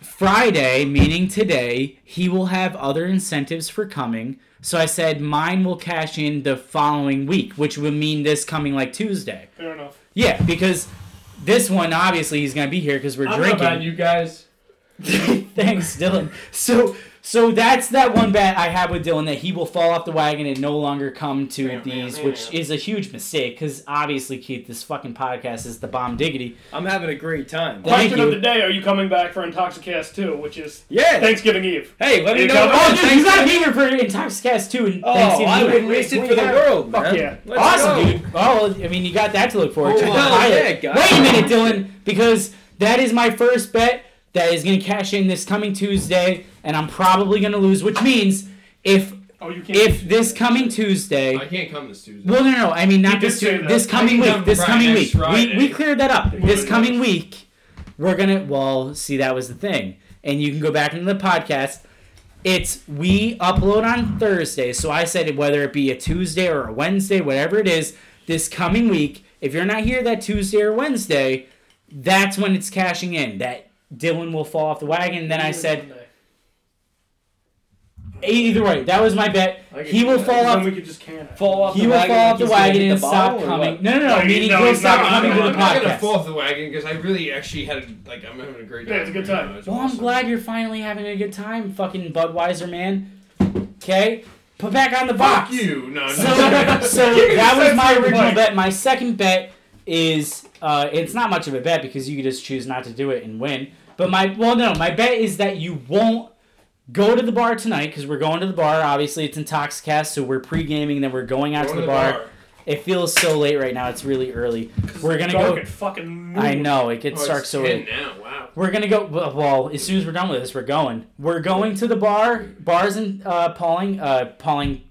Friday, meaning today, he will have other incentives for coming. So I said mine will cash in the following week, which would mean this coming like Tuesday.
Fair enough.
Yeah, because this one obviously he's gonna be here because we're
I don't know about
drinking.
you guys,
Thanks, Dylan. So so that's that one bet I have with Dylan that he will fall off the wagon and no longer come to
Yeah,
these,
yeah,
which
yeah.
is a huge mistake because obviously, Keith, this fucking podcast is the bomb diggity.
I'm having a great time.
Thank
Question
you.
of the day: Are you coming back for Intoxicast 2, which is
Yeah.
Thanksgiving Eve?
hey, let me
You
know.
got-
about
Oh, dude, you got
Thanksgiving.
be here for Intoxicast too and
Oh,
Thanksgiving
I
Eve.
would waste it
We
for the
have-
world, man.
Fuck yeah.
Let's
Awesome,
go.
dude. Oh, I mean, you got that to look forward to.
Oh,
The pilot.
yeah, guys.
Wait a minute, Dylan, because that is my first bet that is going to cash in this coming Tuesday, and I'm probably going to lose, which means if
Oh, you can't.
if this coming Tuesday.
I can't come this Tuesday.
Well, no, no, no. I mean,
You
not
did
this
say
Tu-
that.
this
I
coming
can
week.
come
This
Friday,
coming week.
next
We, we
Friday.
cleared that up.
Well,
This
yeah.
coming week, we're gonna. Well, see, that was the thing, and you can go back into the podcast. It's we upload on Thursday, so I said whether it be a Tuesday or a Wednesday, whatever it is, this coming week. If you're not here that Tuesday or Wednesday, that's when it's cashing in. That Dylan will fall off the wagon. Then I said either way. That was my bet.
I can
He
do
will
that.
fall
Then
off
we could just can it.
Fall off
he
the
will
wagon
fall
like
off the
he's gonna hit
wagon and
ball
stop
or
coming.
what?
No, no, no.
No, he-
meaning
no,
he'll
he's
stop
not-
coming
I'm,
to
I'm
the
not gonna
podcast.
fall off the wagon because I really actually had like I'm having a great time.
Yeah, it's a good
right
time.
now. It's
Well, I'm
awesome.
glad you're finally having a good time, fucking Budweiser man. Okay, put back on the
Fuck
box.
you. No, no.
So, so
Give me
that
the
was
sense
my
of
original
like-
bet. My second bet is uh, it's not much of a bet because you could just choose not to do it and win. But my well, no, my bet is that you won't go to the bar tonight because we're going to the bar. Obviously, it's in Toxcast, so we're pre-gaming, then we're going out
Go
to
to
the bar. It feels so late right now. It's really early. We're gonna
Dark
go.
and fucking moon.
I know it gets
Oh,
dark
it's
so
10
late.
now. Wow.
We're gonna go. Well, well, as soon as we're done with this, we're going. We're going to the bar, bars and uh, Pauling, uh, Pauling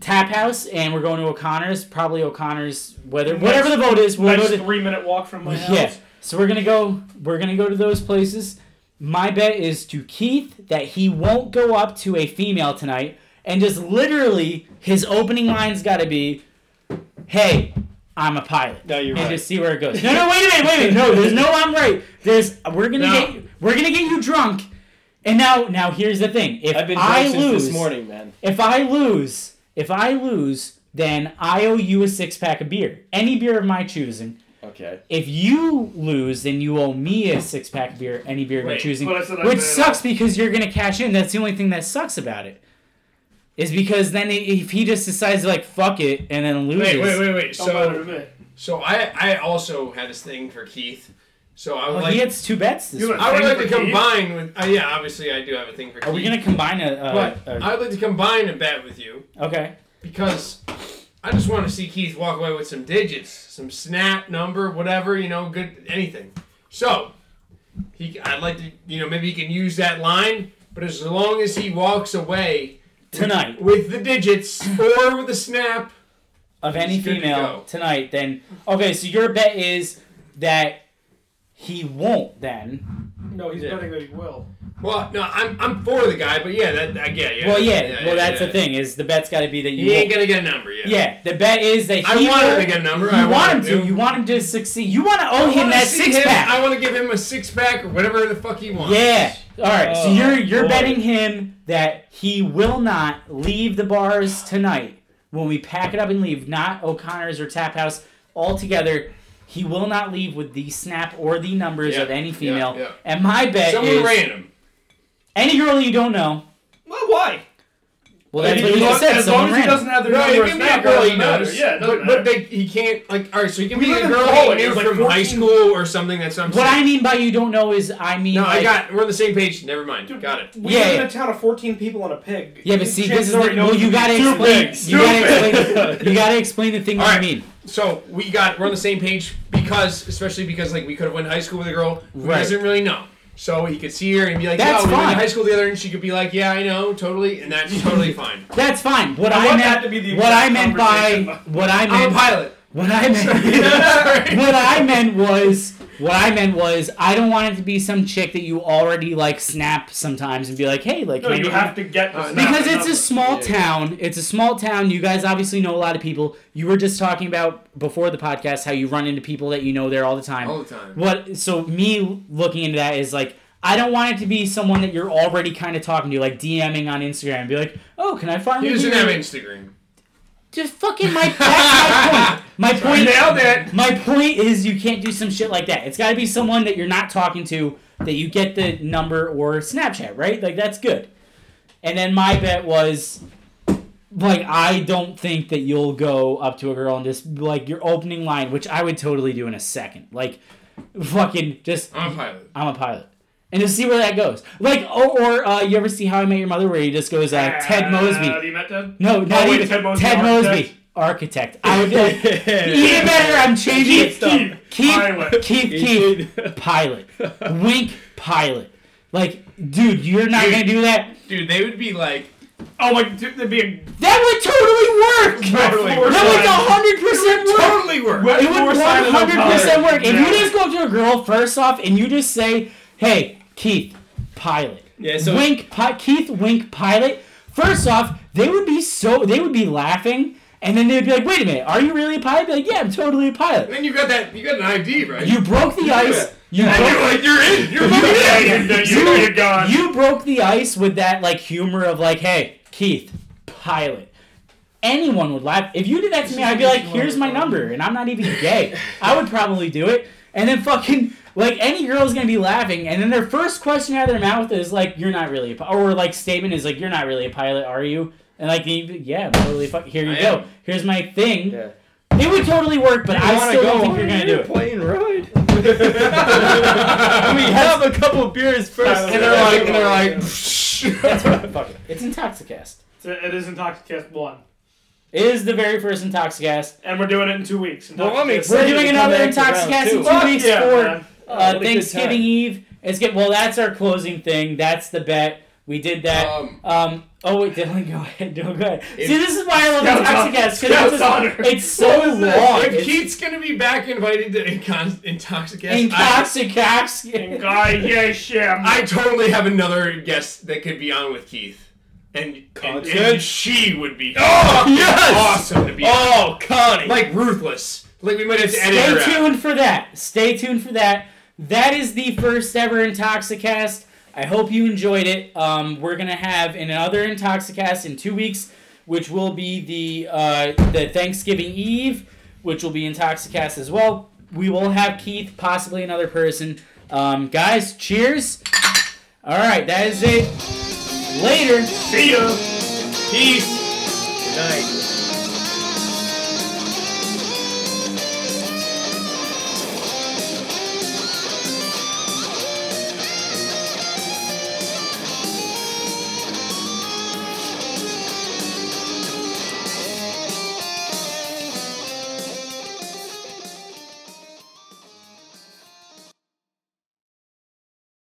Tap House, and we're going to O'Connor's. Probably O'Connor's. Whether
Nice-
whatever the vote is, we'll
Nice
go to.
three minute walk from my house.
Yeah. So we're gonna go. We're gonna go to those places. My bet is to Keith that he won't go up to a female tonight, and just literally his opening line's got to be, "Hey, I'm a pilot."
No, you're
and
right.
just see where it goes. No, no, wait a minute, wait a minute. No, there's no I'm right. There's we're gonna
No.
get we're gonna get you drunk. And now now here's the thing. If
I've been
I
drunk since
lose
this morning, man.
if I lose, if I lose, then I owe you a six pack of beer. Any beer of my choosing.
Okay.
If you lose, then you owe me a six pack of beer, any beer of my
Wait,
choosing.
but I said I
Which
made it
sucks because you're gonna cash in. That's the only thing that sucks about it. Is because then i- if he just decides like fuck it and then loses.
Wait, wait, wait, wait.
Don't matter
So,
to me.
so I, I also had this thing for Keith. So I would
Well,
like,
Oh, he gets two bets this
You
week.
a
I would
thing
like
for
to
Keith?
combine with. Uh, yeah, obviously I do have a thing for Keith.
Are we gonna combine a?
But
a, a
I would like to combine a bet with you
okay.
because I just want to see Keith walk away with some digits, some snap number, whatever you know, good anything. So he, I'd like to, you know, maybe he can use that line, but as long as he walks away
Tonight.
with the digits or with a snap,
Of any
He's good to
female
go.
tonight, then okay. So your bet is that he won't. Then
No, he's
Yeah.
betting that he will.
Well, no, I'm, I'm for the guy, but yeah, that I get yeah.
well, yeah. well, that's
yeah.
the thing is the bet's got to be that you.
He ain't
Won't.
gonna get a number yet.
Yeah, the bet is that he.
I want
will,
him to get a number.
You
I
want him
want
to. You want him to succeed. You want to owe
I
him
wanna
that
see
six
him- I
pack.
want to give him a six pack or whatever the fuck he wants.
Yeah. All right. so
Oh,
you're you're
boy.
betting him that he will not leave the bars tonight when we pack it up and leave. Not O'Connor's or Tap House altogether. He will not leave with the snap or the numbers
Yeah,
of any
yeah,
female.
yeah.
And my bet
Someone
is
random.
any girl you don't know.
Well, why?
Well, that's
As
what you
long-
just said.
As long
Someone
as he
random.
doesn't have their
No,
number,
it
it's
can be
not
a girl
really
he
matter.
knows.
Yeah, it doesn't
but, but
matter.
they, he can't like. All right, so he can
We
be
live
a
in
girl he
Poland,
knew
it's like
from high
14.
school or something. That's what I'm
What I
saying.
mean by you don't know is I mean
No, I
like-
got. We're on the same page. Never mind. Got it.
We
Yeah,
live
yeah.
in a town of 14 people and a pig.
Yeah, but see, this is the,
Chances are he
well,
knows
you
the-
gotta
Two
explain.
pigs,
You
two
gotta
pigs.
explain. You gotta explain the thing that
Alright.
you mean.
So we got. We're on the same page because, especially because, like, we could have went to high school with a girl who
Right.
doesn't really know. So he could see her and be like,
That's
"Yeah, we went
fine.
to high school together," and she could be like, "Yeah, I know, totally," and that's totally fine.
That's fine. What
I
I,
want
meant,
that to be the
what I
exact
meant
conversation.
by what I
I'm a
meant,
pilot.
what I meant,
Sorry.
what I meant was, what I meant was, I don't want it to be some chick that you already like snap sometimes and be like, hey, like,
No,
can I
you
get-
have to get
Uh,
the
no.
because it's a
just
small
Yeah, yeah.
town. It's a small town. You guys obviously know a lot of people. You were just talking about before the podcast how you run into people that you know there all the time.
All the time.
What? So me looking into that is like I don't want it to be someone that you're already kind of talking to, like DMing on Instagram, and be like, "Oh, can I
He
finally?"
doesn't
hear
have
you?"
Instagram.
Just fucking my. That's my point. My point.
Nailed it.
My point is you can't do some shit like that. It's got to be someone that you're not talking to that you get the number or Snapchat, right? Like that's good. And then my bet was like I don't think that you'll go up to a girl and just like your opening line, which I would totally do in a second. Like fucking just
I'm a pilot.
I'm a pilot. And just see where that goes. Like, or, or uh, you ever see How I Met Your Mother where he just goes, uh, Ted
Have
Mosby.
you met Ted?
No, not
Oh, wait,
even. Ted
Ted
Mosby.
Mosby,
Architect.
architect?
I would be like, even better, I'm changing it.
Keith, Keith,
Keith,
pilot.
Keith, Keith, pilot. Wink, pilot. Like, dude, you're not
Dude.
going to do that?
Dude, they would be like,
Oh my, dude, that'd be a
That would totally work!
Totally
Four
work.
That would
sides.
100% work!
totally work.
Well,
It would
Four sides of
100%
the
work. If you
Yeah.
just go up to a girl first off and you just say, hey, Keith, pilot.
Yeah, so
Wink, pi- Keith Wink Pilot. First off, they would be so they would be laughing, and then they would be like, "Wait a minute, are you really a pilot?" Be like, "Yeah, I'm totally a
And
pilot."
then you got that, you got an ID, right?
You broke the ice. You
and you're
broke,
like, you're in. You're
You-
fucking in.
you're, you're, you're gone.
you broke the ice with that like humor of like, "Hey, Keith, pilot." Anyone would laugh if you did that to me. I'd be like, "Here's my number," and I'm not even gay. I would probably do it, and then fucking. Like any girl's gonna be laughing, and then their first question out of their mouth is like, "You're not really," a pi-, or like statement is like, "You're not really a pilot, are you?" And like, the, yeah, I'm totally. Fuck, here you
I
go.
am.
Here's my thing.
Yeah.
It would totally work, but I still don't think you're gonna do it.
Plane ride. we have a couple beers first.
And they're like, and they're like, that's
Fuck it. It's Intoxicast.
It's- It is Intoxicast 1.
It is the very first Intoxicast.
And we're doing it in two weeks.
Well, I'm
Intoxicast.
We're
Ready to
doing
come
another
back to round
Intoxicast
two.
in two
Fuck
weeks
yeah,
for
man. Oh,
uh, Thanksgiving Eve. It's get well. That's our closing thing. That's the bet. We did that.
um,
Um. Oh wait, Dylan, go ahead. No, go ahead.
If-
See, this is why I love
Scout's hon-
Intoxicast
Scout's
because
honor.
it's, it's so long.
if
It's
Keith's gonna be back invited to Incon- Intoxicast, I,
Intoxicast.
Guy, yeah, sham.
I totally have another guest that could be on with Keith. And, and, and
Content?
she would be oh,
yes!
awesome to be on.
oh, Connie.
like ruthless. Like we might have to edit her
Stay
out.
tuned for that. Stay tuned for that. That is the first ever Intoxicast. I hope you enjoyed it. Um, we're gonna have another Intoxicast in two weeks, which will be the uh, the Thanksgiving Eve, which will be Intoxicast as well. We will have Keith, possibly another person. Um, guys, cheers. All right, that is it. Later.
See ya.
Peace.
Good night.